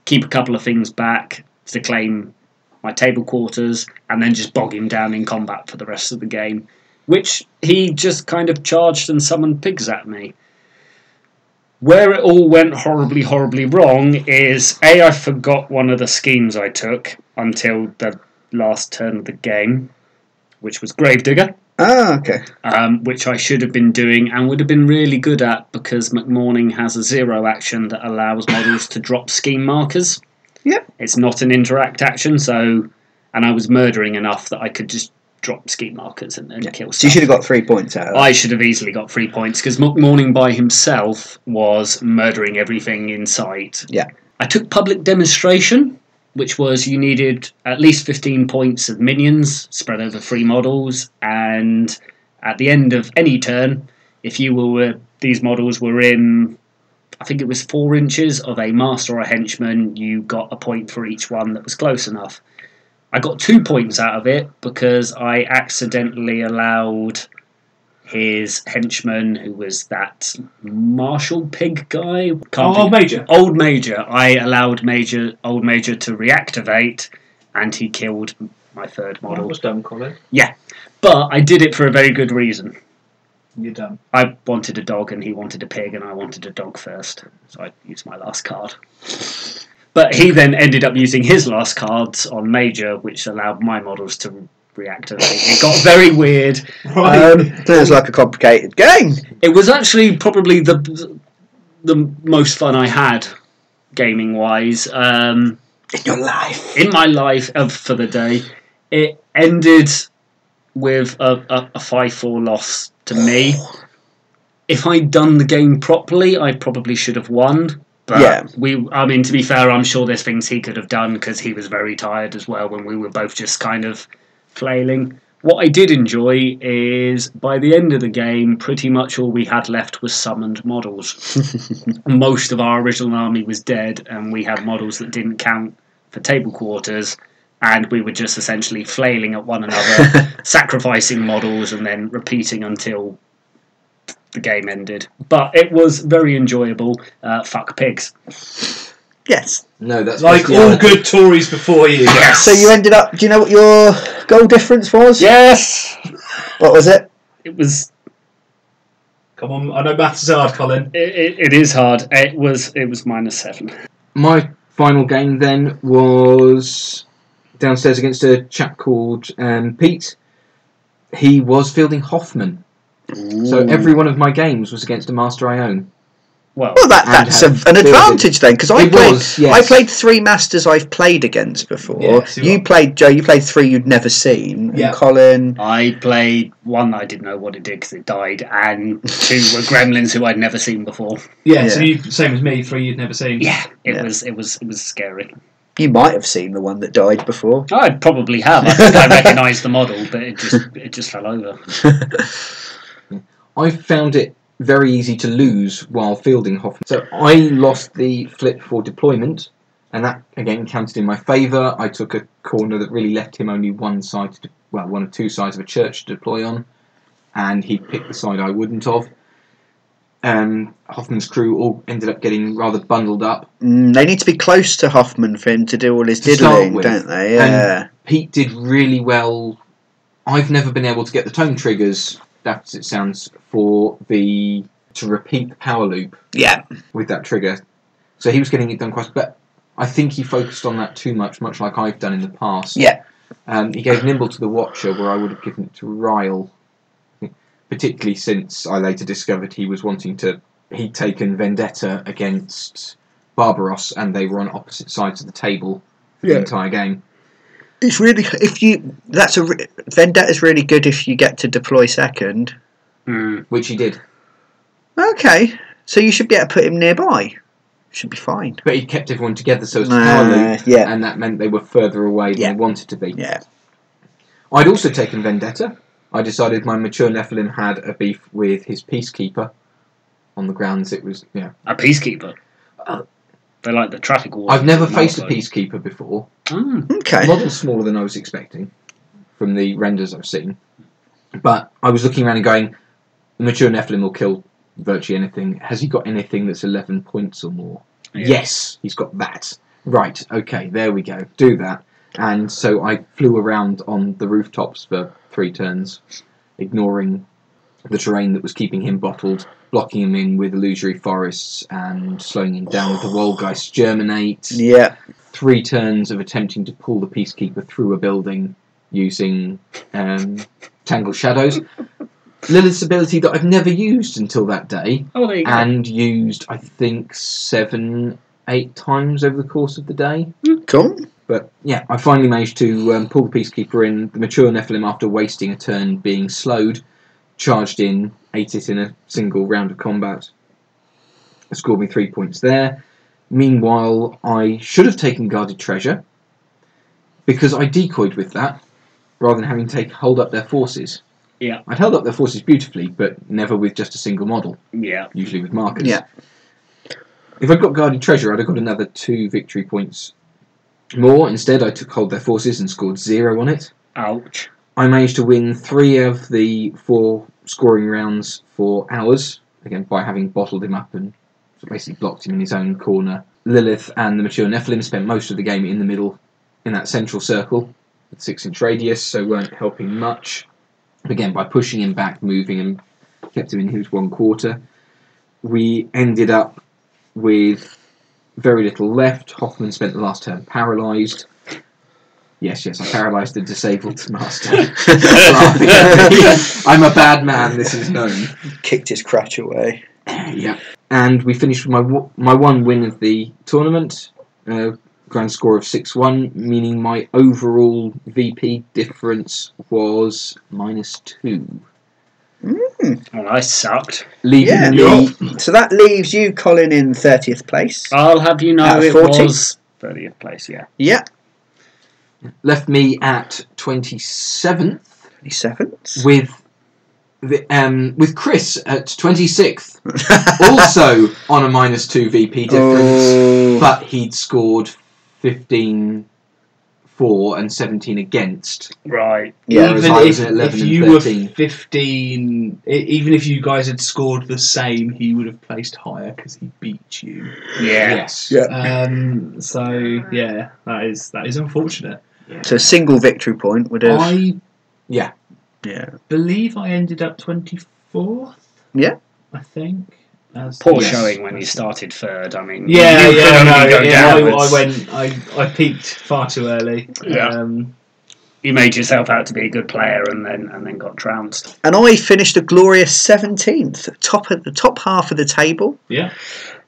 keep a couple of things back to claim my table quarters, and then just bog him down in combat for the rest of the game. Which he just kind of charged and summoned pigs at me. Where it all went horribly, horribly wrong is A, I forgot one of the schemes I took until the last turn of the game, which was Gravedigger, [laughs] Ah, okay. um, which I should have been doing and would have been really good at because McMorning has a zero action that allows models to drop scheme markers. Yep. It's not an interact action, so. And I was murdering enough that I could just drop ski markers and, and kill So you stuff. should have got three points out. of that. I should have easily got three points because Morning by himself was murdering everything in sight. Yeah. I took public demonstration, which was you needed at least 15 points of minions spread over three models, and at the end of any turn, if you were these models were in, I think it was four inches of a master or a henchman, you got a point for each one that was close enough. I got two points out of it because I accidentally allowed his henchman, who was that marshal pig guy. Can't Oh, think- Major. Old Major. I allowed Major Old Major to reactivate, and he killed my third model. done, Colin. Yeah, but I did it for a very good reason. You're done. I wanted a dog, and he wanted a pig, and I wanted a dog first, so I used my last card. But he then ended up using his last cards on Major, which allowed my models to reactivate. It got very weird. Um, sounds like a complicated game. It was actually probably the the most fun I had, gaming wise, um, In your life. in my life of for the day. It ended with a, a, a five four loss to me. If I'd done the game properly, I probably should have won. But Yeah. we, I mean, to be fair, I'm sure there's things he could have done because he was very tired as well when we were both just kind of flailing. What I did enjoy is by the end of the game, pretty much all we had left was summoned models. Most of our original army was dead, and we had models that didn't count for table quarters, and we were just essentially flailing at [laughs] one another, sacrificing models, and then repeating until the game ended. But it was very enjoyable. Uh, fuck pigs. Yes. No, that's Like all bestiality. good Tories before you. So you ended up. Do you know what your goal difference was? [laughs] Yes! What was it? It was Come on, I know maths is hard, Colin. It, it, it is hard. It was it was minus seven. My final game then was downstairs against a chap called um, Pete. He was fielding Hoffman. So every one of my games was against a master I own. [laughs] well, Well, that, And that's a, have an building. advantage then, because I It played. was, yes. I played three masters I've played against before. Yeah, so you you are- played Joe. You played three you'd never seen. and Yeah. Colin. I played one that I didn't know what it did because it died, and two [laughs] were gremlins who I'd never seen before. Yeah, so Yeah. you same as me, three you'd never seen. Yeah, it Yeah. was it was it was scary. You might have seen the one that died before. I probably have. I think I recognised the model, but it just it just fell over. I found it very easy to lose while fielding Hoffman. So I lost the flip for deployment, and that again counted in my favour. I took a corner that really left him only one side, to de- well, one of two sides of a church to deploy on, and he picked the side I wouldn't have. Um, Hoffman's crew all ended up getting rather bundled up. Mm, they need to be close to Hoffman for him to do all his To start diddling, with. don't they? Yeah. Pete did really well. I've never been able to get the tone triggers, that's it sounds, for the to repeat the power loop yeah. with that trigger. So he was getting it done quite. But I think he focused on that too much, much like I've done in the past. Yeah. Um, he gave Nimble to the Watcher, where I would have given it to Ryle, particularly since I later discovered he was wanting to. He'd taken Vendetta against Barbaros, and they were on opposite sides of the table for Yeah. the entire game. It's really if you. That's a re- Vendetta's really good if you get to deploy second. Hmm. Which he did, Okay, so you should be able to put him nearby. Should be fine. but he kept everyone together so as to power Uh, loop, yeah, and that meant they were further away than Yeah. they wanted to be. yeah. I'd also taken Vendetta. I decided my mature Nephilim had a beef with his peacekeeper on the grounds it was, you know. A peacekeeper. Uh, Oh. They're like the traffic wardens. I've never of the faced a Malphite. peacekeeper before. Oh, Okay. Model smaller than I was expecting from the renders I've seen. But I was looking around and going, the mature Nephilim will kill virtually anything. Has he got anything that's 11 points or more? yeah. Yes, he's got that. Right, okay, there we go. Do that. And so I flew around on the rooftops for three turns, ignoring the terrain that was keeping him bottled, blocking him in with illusory forests and slowing him down with the Wolgeist Germinate. Yeah. Three turns of attempting to pull the Peacekeeper through a building using um, Tangle Shadows. Lilith's ability that I've never used until that day Oh, there you go. and used I think seven, eight times over the course of the day. Cool. But yeah, I finally managed to um, pull the Peacekeeper in, the mature Nephilim, after wasting a turn being slowed, charged in, ate it in a single round of combat. Scored me three points there. Meanwhile, I should have taken Guarded Treasure, because I decoyed with that, rather than having to take, hold up their forces. Yeah. I'd held up their forces beautifully, but never with just a single model, Yeah. usually with [laughs] markers. Yeah. If I'd got Guarded Treasure, I'd have got another two victory points more. Instead, I took hold their forces and scored zero on it. Ouch. I managed to win three of the four scoring rounds for ours, again by having bottled him up and sort of basically blocked him in his own corner. Lilith and the mature Nephilim spent most of the game in the middle, in that central circle, with six inch radius, so weren't helping much. Again, by pushing him back, moving him, kept him in his one quarter. We ended up with very little left. Hoffman spent the last turn paralysed. Yes, yes, I paralysed the disabled [laughs] master. laughing at me. [laughs] I'm a bad man. This is known. Kicked his crutch away. yeah. And we finished with my wa- my one win of the tournament, uh, grand score of six one, meaning my overall VP difference was minus two, Well, I sucked. leaving Yeah. me Hmm. So that leaves you, Colin, in 30th place. I'll have you know Out of it 40? was 30th place, yeah. yeah. left me at twenty seventh 27th. with. The, um, with Chris [laughs] at 26th, also on a minus two VP difference. Oh. but he'd scored 15 4 and 17 against Right. yeah. Whereas even I if, was at 11 if and you were 13. 15, e- even if you guys had scored the same, he would have placed higher because he beat you. Yeah. yes Yeah. Um, so yeah, that is that is unfortunate. So a single victory point would have. I Yeah. Yeah. believe I ended up twenty fourth. Yeah. I think. As Poor Yes. showing when you started third. I mean, Yeah, you yeah, could no, only go yeah, I, I downwards. went, I, I peaked far too early. Yeah. Um, You made yourself out to be a good player and then and then got trounced. And I finished a glorious 17th, top of the top half of the table, yeah.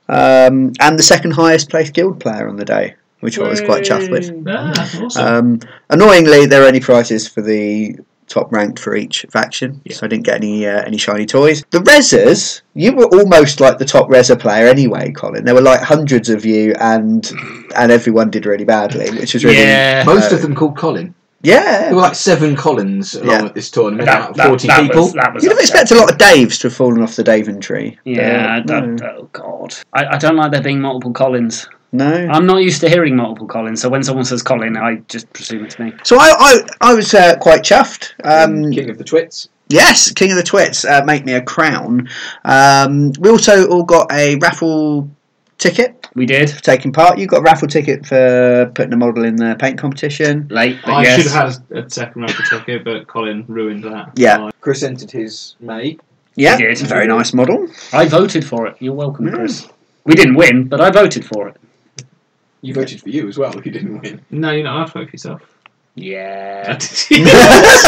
um, and the second highest placed guild player on the day, which I was quite chuffed with. Ah, awesome. Um, annoyingly, there are only prizes for the top ranked for each faction, Yeah. so I didn't get any uh, any shiny toys. The Rezzers, you were almost like the top Rezzer player anyway, Colin. There were like hundreds of you, and and everyone did really badly, which was really Yeah. most of them called colin yeah. there were like seven collins along Yeah. at this tournament That, out of that, 40 that people was that was You'd have upsetting. expected a lot of Daves to have fallen off the Uh, Daven tree. but Uh, Yeah, no. that, oh god, I, I don't like there being multiple Collins. no. I'm not used to hearing multiple Collins, so when someone says Colin, I just presume it's me. So I, I, I was uh, quite chuffed. Um, king of the twits yes, King of the Twits, uh, make me a crown. Um, we also all got a raffle ticket We did for taking part. You got a raffle ticket for putting a model in the paint competition. late, but I yes, should have had a second round ticket, but Colin ruined that. Yeah. chris entered his may Yeah, did. very nice model. I voted for it. You're welcome, Yeah. Chris. We didn't win, but I voted for it. you voted for you as well you didn't win No, you're not halfway for [laughs] yourself. [laughs] Yeah. no.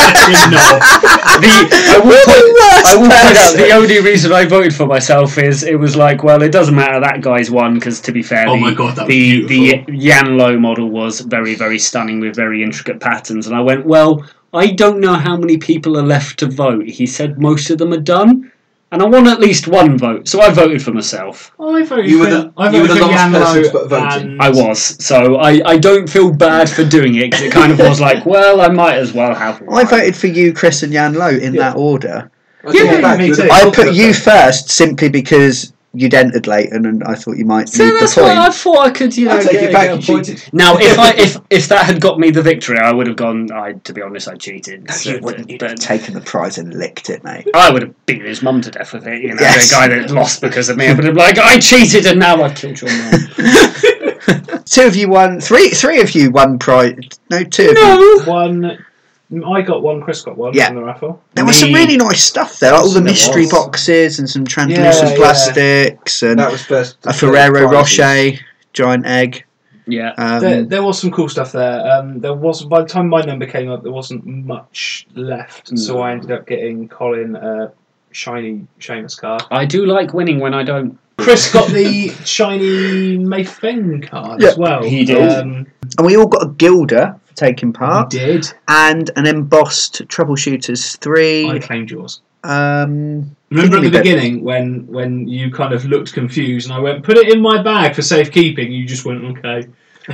I will, point, I will point out the only reason I voted for myself is it was like, well, it doesn't matter that guy's won because to be fair, Oh the, my God, that was the the beautiful. Yanlo model was very very stunning with very intricate patterns, and I went, well, I don't know how many people are left to vote. He said most of them are done, and I want at least one vote, so I voted for myself. I voted You were for- the- I you were the voted for last Yanlo person to put voting. and- I was, so I, I don't feel bad for doing it because it kind of was like, [laughs] well, I might as well have. I one. voted for you, Chris, and Jan Low in that order. I take Yeah, it back, me you're the too. I fourth put of you them. first simply because you'd entered late and, and I thought you might So need the that's what I point. thought I could, you know, I take get, it back get a you point. cheated Now, if I if if that had got me the victory, I would have gone. I to be honest, I cheated. So, You wouldn't, you'd have but taken the prize and licked it, mate. I would have beaten his mum to death with it. You know, Yes. the guy that lost because of me. I would have like, I cheated, and now I've killed your [laughs] mum. Two of you won. Three, three of you won prize. No, two of you. One. I got one. Chris got one Yeah. from the raffle. There was some Me. really nice stuff there, like all the There mystery was. boxes and some translucent Yeah, yeah. plastics and that was first a Ferrero prizes. Rocher giant egg. Yeah, Um, there, there was some cool stuff there. Um, there was by the time my number came up, there wasn't much left, so No. I ended up getting Colin a shiny Seamus card. I do like winning when I don't. Chris got [laughs] the shiny Mayfeng card Yeah. as well. He did. Um, And we all got a Gilda for taking he part did. and an embossed Troubleshooters I 3. claimed yours. Um, Remember at Thinking a the bit. beginning when when you kind of looked confused and I went, put it in my bag for safekeeping. You just went, [laughs] okay. [laughs]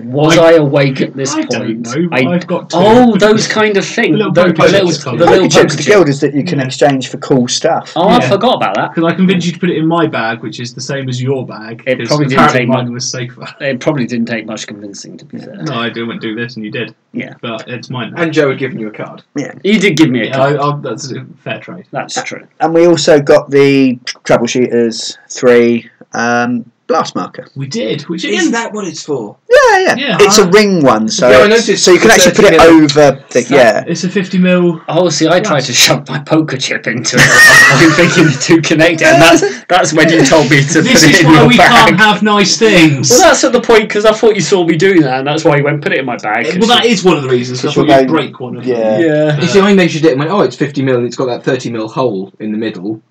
Was I, awake at this I point? don't know. I- have got two. oh, those kind of things. Little the, poker little, chips. the I I could little choose poker the chips. Gildas that you can exchange for cool stuff. Oh, I Yeah. forgot about that. Because I convinced you to put it in my bag, which is the same as your bag. It 'cause probably didn't apparently take mine was safer. It probably didn't take much convincing, to be fair. No, I didn't do this, and you did. Yeah. but it's mine. Now. And Joe had given you a card. You did give me a Yeah, card. I, I, that's a fair trade. That's true. And we also got the Troubleshooters 3 um, Blast Marker. We did, which is Isn't that what it's for? Yeah, yeah. Yeah. it's a ring one, so, Yeah, I it's- noticed so you can the actually put it 30 mil. over the. Yeah. It's a fifty mil. Oh, see, I tried to shove my poker chip into it. I'm thinking the two connected, and that's, that's when you told me to This put it is in why your we bag. can't have nice things. well, that's at the point because I thought you saw me doing that, and that's why you went put it in my bag. Well, that is one of the reasons. 'cause I Because thought we're you'd going- break one of yeah. them. yeah. Uh, You see, I measured it and went, oh, it's 50 mil and it's got that 30 mil hole in the middle.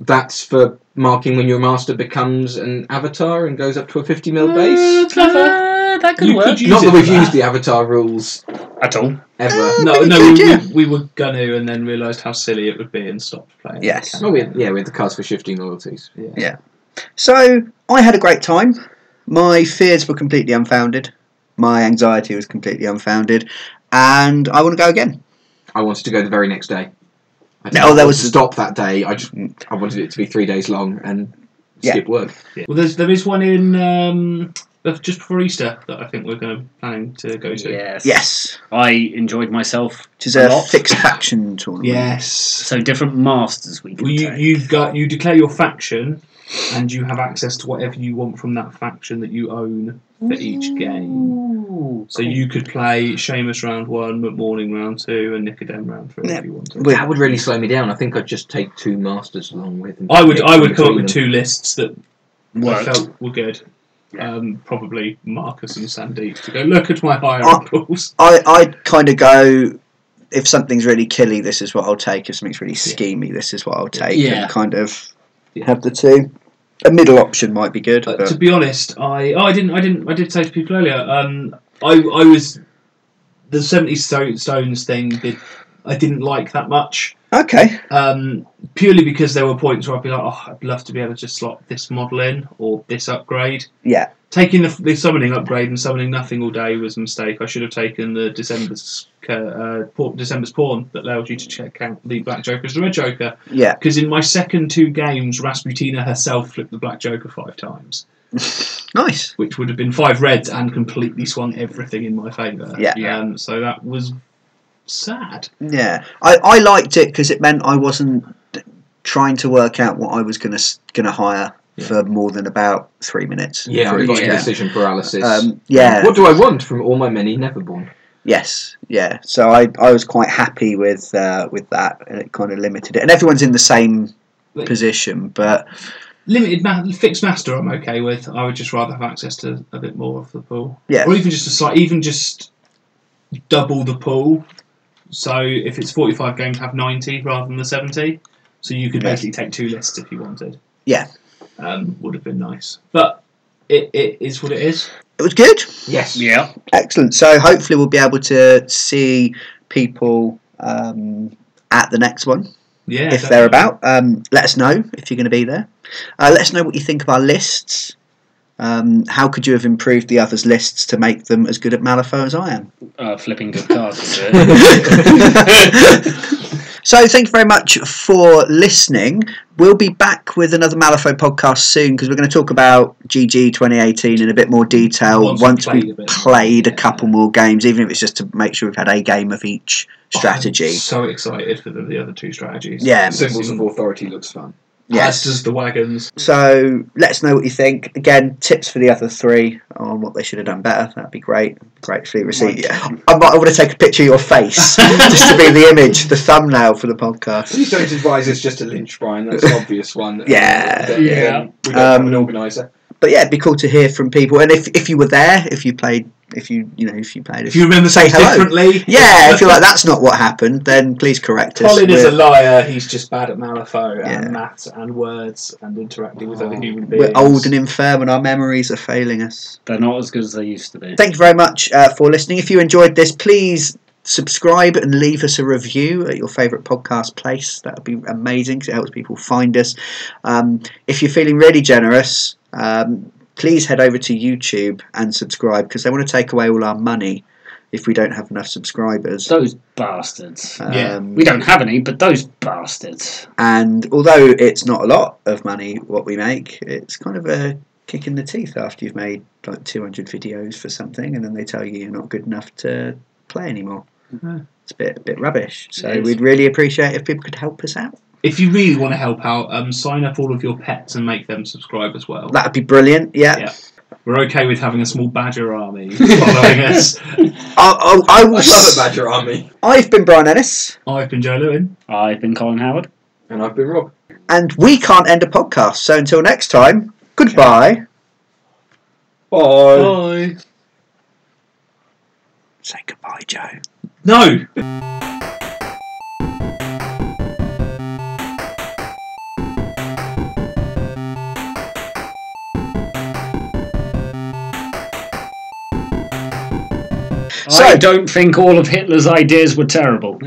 That's for marking when your master becomes an avatar and goes up to a 50 mil base. Uh, clever. that could You work could use Not it that we've for used the avatar rules at all. ever. Uh, No, But you no, could, we, yeah. we, we were gonna, and then realised how silly it would be and stopped playing. Oh, Yes. Well, Oh, we had, yeah, we had the cards for shifting loyalties. So I had a great time. My fears were completely unfounded. My anxiety was completely unfounded. And I want to go again. I wanted to go the very next day. I didn't No, that want was- to stop that day. I just I wanted it to be three days long and Yeah. skip work. Well, there's there is one in um, just before Easter that I think we're going to planning to go to. Yes. Yes, I enjoyed myself. which is a, A lot. fixed faction tournament. Yes. So different masters we can Well, you take. you've got you declare your faction, and you have access to whatever you want from that faction that you own for Mm. each game. Ooh, So cool. you could play Seamus round one, McMorning round two, and Nicodem round three Yeah. if you wanted. With That would really slow me down. I think I'd just take two masters along with. And I would pick I would in come up between with them. two lists that I worked. felt were good. Yeah. Um, probably Marcus and Sandeep to go look at my higher Oh. [laughs] uncles. I, I'd kind of go if something's really killy, this is what I'll take. If something's really schemy, this is what I'll take. Yeah. And kind of Yeah. have the two. A middle option might be good. Uh, but to be honest, I oh, I didn't I didn't I did say to people earlier. Um, I I was the seventy stone, stones thing. Did I didn't like that much. okay. Um, purely because there were points where I'd be like, oh, I'd love to be able to slot this model in or this upgrade. Yeah. Taking the, the summoning upgrade and summoning nothing all day was a mistake. I should have taken the December's uh, uh, pawn- December's pawn that allowed you to check out the Black Joker as the Red Joker. Yeah. Because in my second two games, Rasputina herself flipped the Black Joker five times Nice. which would have been five reds and completely swung everything in my favour. Yeah. Yeah. Um, so that was sad. Yeah. I, I liked it because it meant I wasn't trying to work out what I was going to gonna hire for more than about three minutes. Yeah, for I each got Yeah. game. decision paralysis. Um, yeah. What do I want from all my many Neverborn? Yes, yeah. So I, I was quite happy with uh, with that, and it kind of limited it. And everyone's in the same Wait. position, but Limited ma- fixed master, I'm okay with. I would just rather have access to a bit more of the pool, yeah, or even just a slight, even just double the pool. So if it's 45 games, have 90 rather than the 70. So you could Yeah. basically take two lists if you wanted. Yeah. Um, would have been nice, but it, it is what it is. it was good, Yes. Yeah. excellent. So hopefully we'll be able to see people um, at the next one Yeah. if they're about. definitely. Um, let us know if you're going to be there. Uh, let us know what you think of our lists. Um, how could you have improved the others' lists to make them as good at Malifaux as I am? [laughs] Uh, flipping good cards. is it? So thank you very much for listening. We'll be back with another Malifaux podcast soon because we're going to talk about GG 2018 in a bit more detail once, Once we've we've played, played a bit. a couple more games, even if it's just to make sure we've had a game of each strategy. I'm so excited for the, the other two strategies. Yeah. Symbols of As authority looks fun. yes. does the wagons. So let us know what you think. Again, tips for the other three on what they should have done better. That'd be great. Gratefully received. Yeah. I might want to take a picture of your [laughs] face just to be the image, the thumbnail for the podcast. Please don't advise us just to lynch Brian. That's an [laughs] obvious one. Yeah. Then- then Yeah. We don't have Um, an organizer. but yeah, it'd be cool to hear from people. And if, if you were there, if you played if you you know if you played If you remember Say things hello. differently, Yeah, if you're like that's not what happened, then please correct us. Colin is We're- a liar. He's just bad at Malifaux Yeah. Oh, and maths and words and interacting with other human beings. We're old and infirm, and our memories are failing us. They're not as good as they used to be. Thank you very much uh, for listening. If you enjoyed this, please subscribe and leave us a review at your favourite podcast place. That would be amazing 'cause it helps people find us. Um, if you're feeling really generous, um, please head over to YouTube and subscribe because they want to take away all our money if we don't have enough subscribers. Those bastards. Yeah. Um, We don't have any, but those bastards. And although it's not a lot of money what we make, it's kind of a kick in the teeth after you've made like 200 videos for something and then they tell you you're not good enough to play anymore. It's a bit, a bit rubbish. So It is. we'd really appreciate if people could help us out. If you really want to help out, um, sign up all of your pets and make them subscribe as well. That'd be brilliant. Yeah. Yeah. We're okay with having a small badger [laughs] army following us. I, I, I will. I love a s- badger army. I've been Brian Ennis I've been Joe Lewin. I've been Colin Howard. And I've been Rob. and we can't end a podcast. So until next time, goodbye. Bye. Bye. Say goodbye, Joe. No. So- I don't think all of Hitler's ideas were terrible.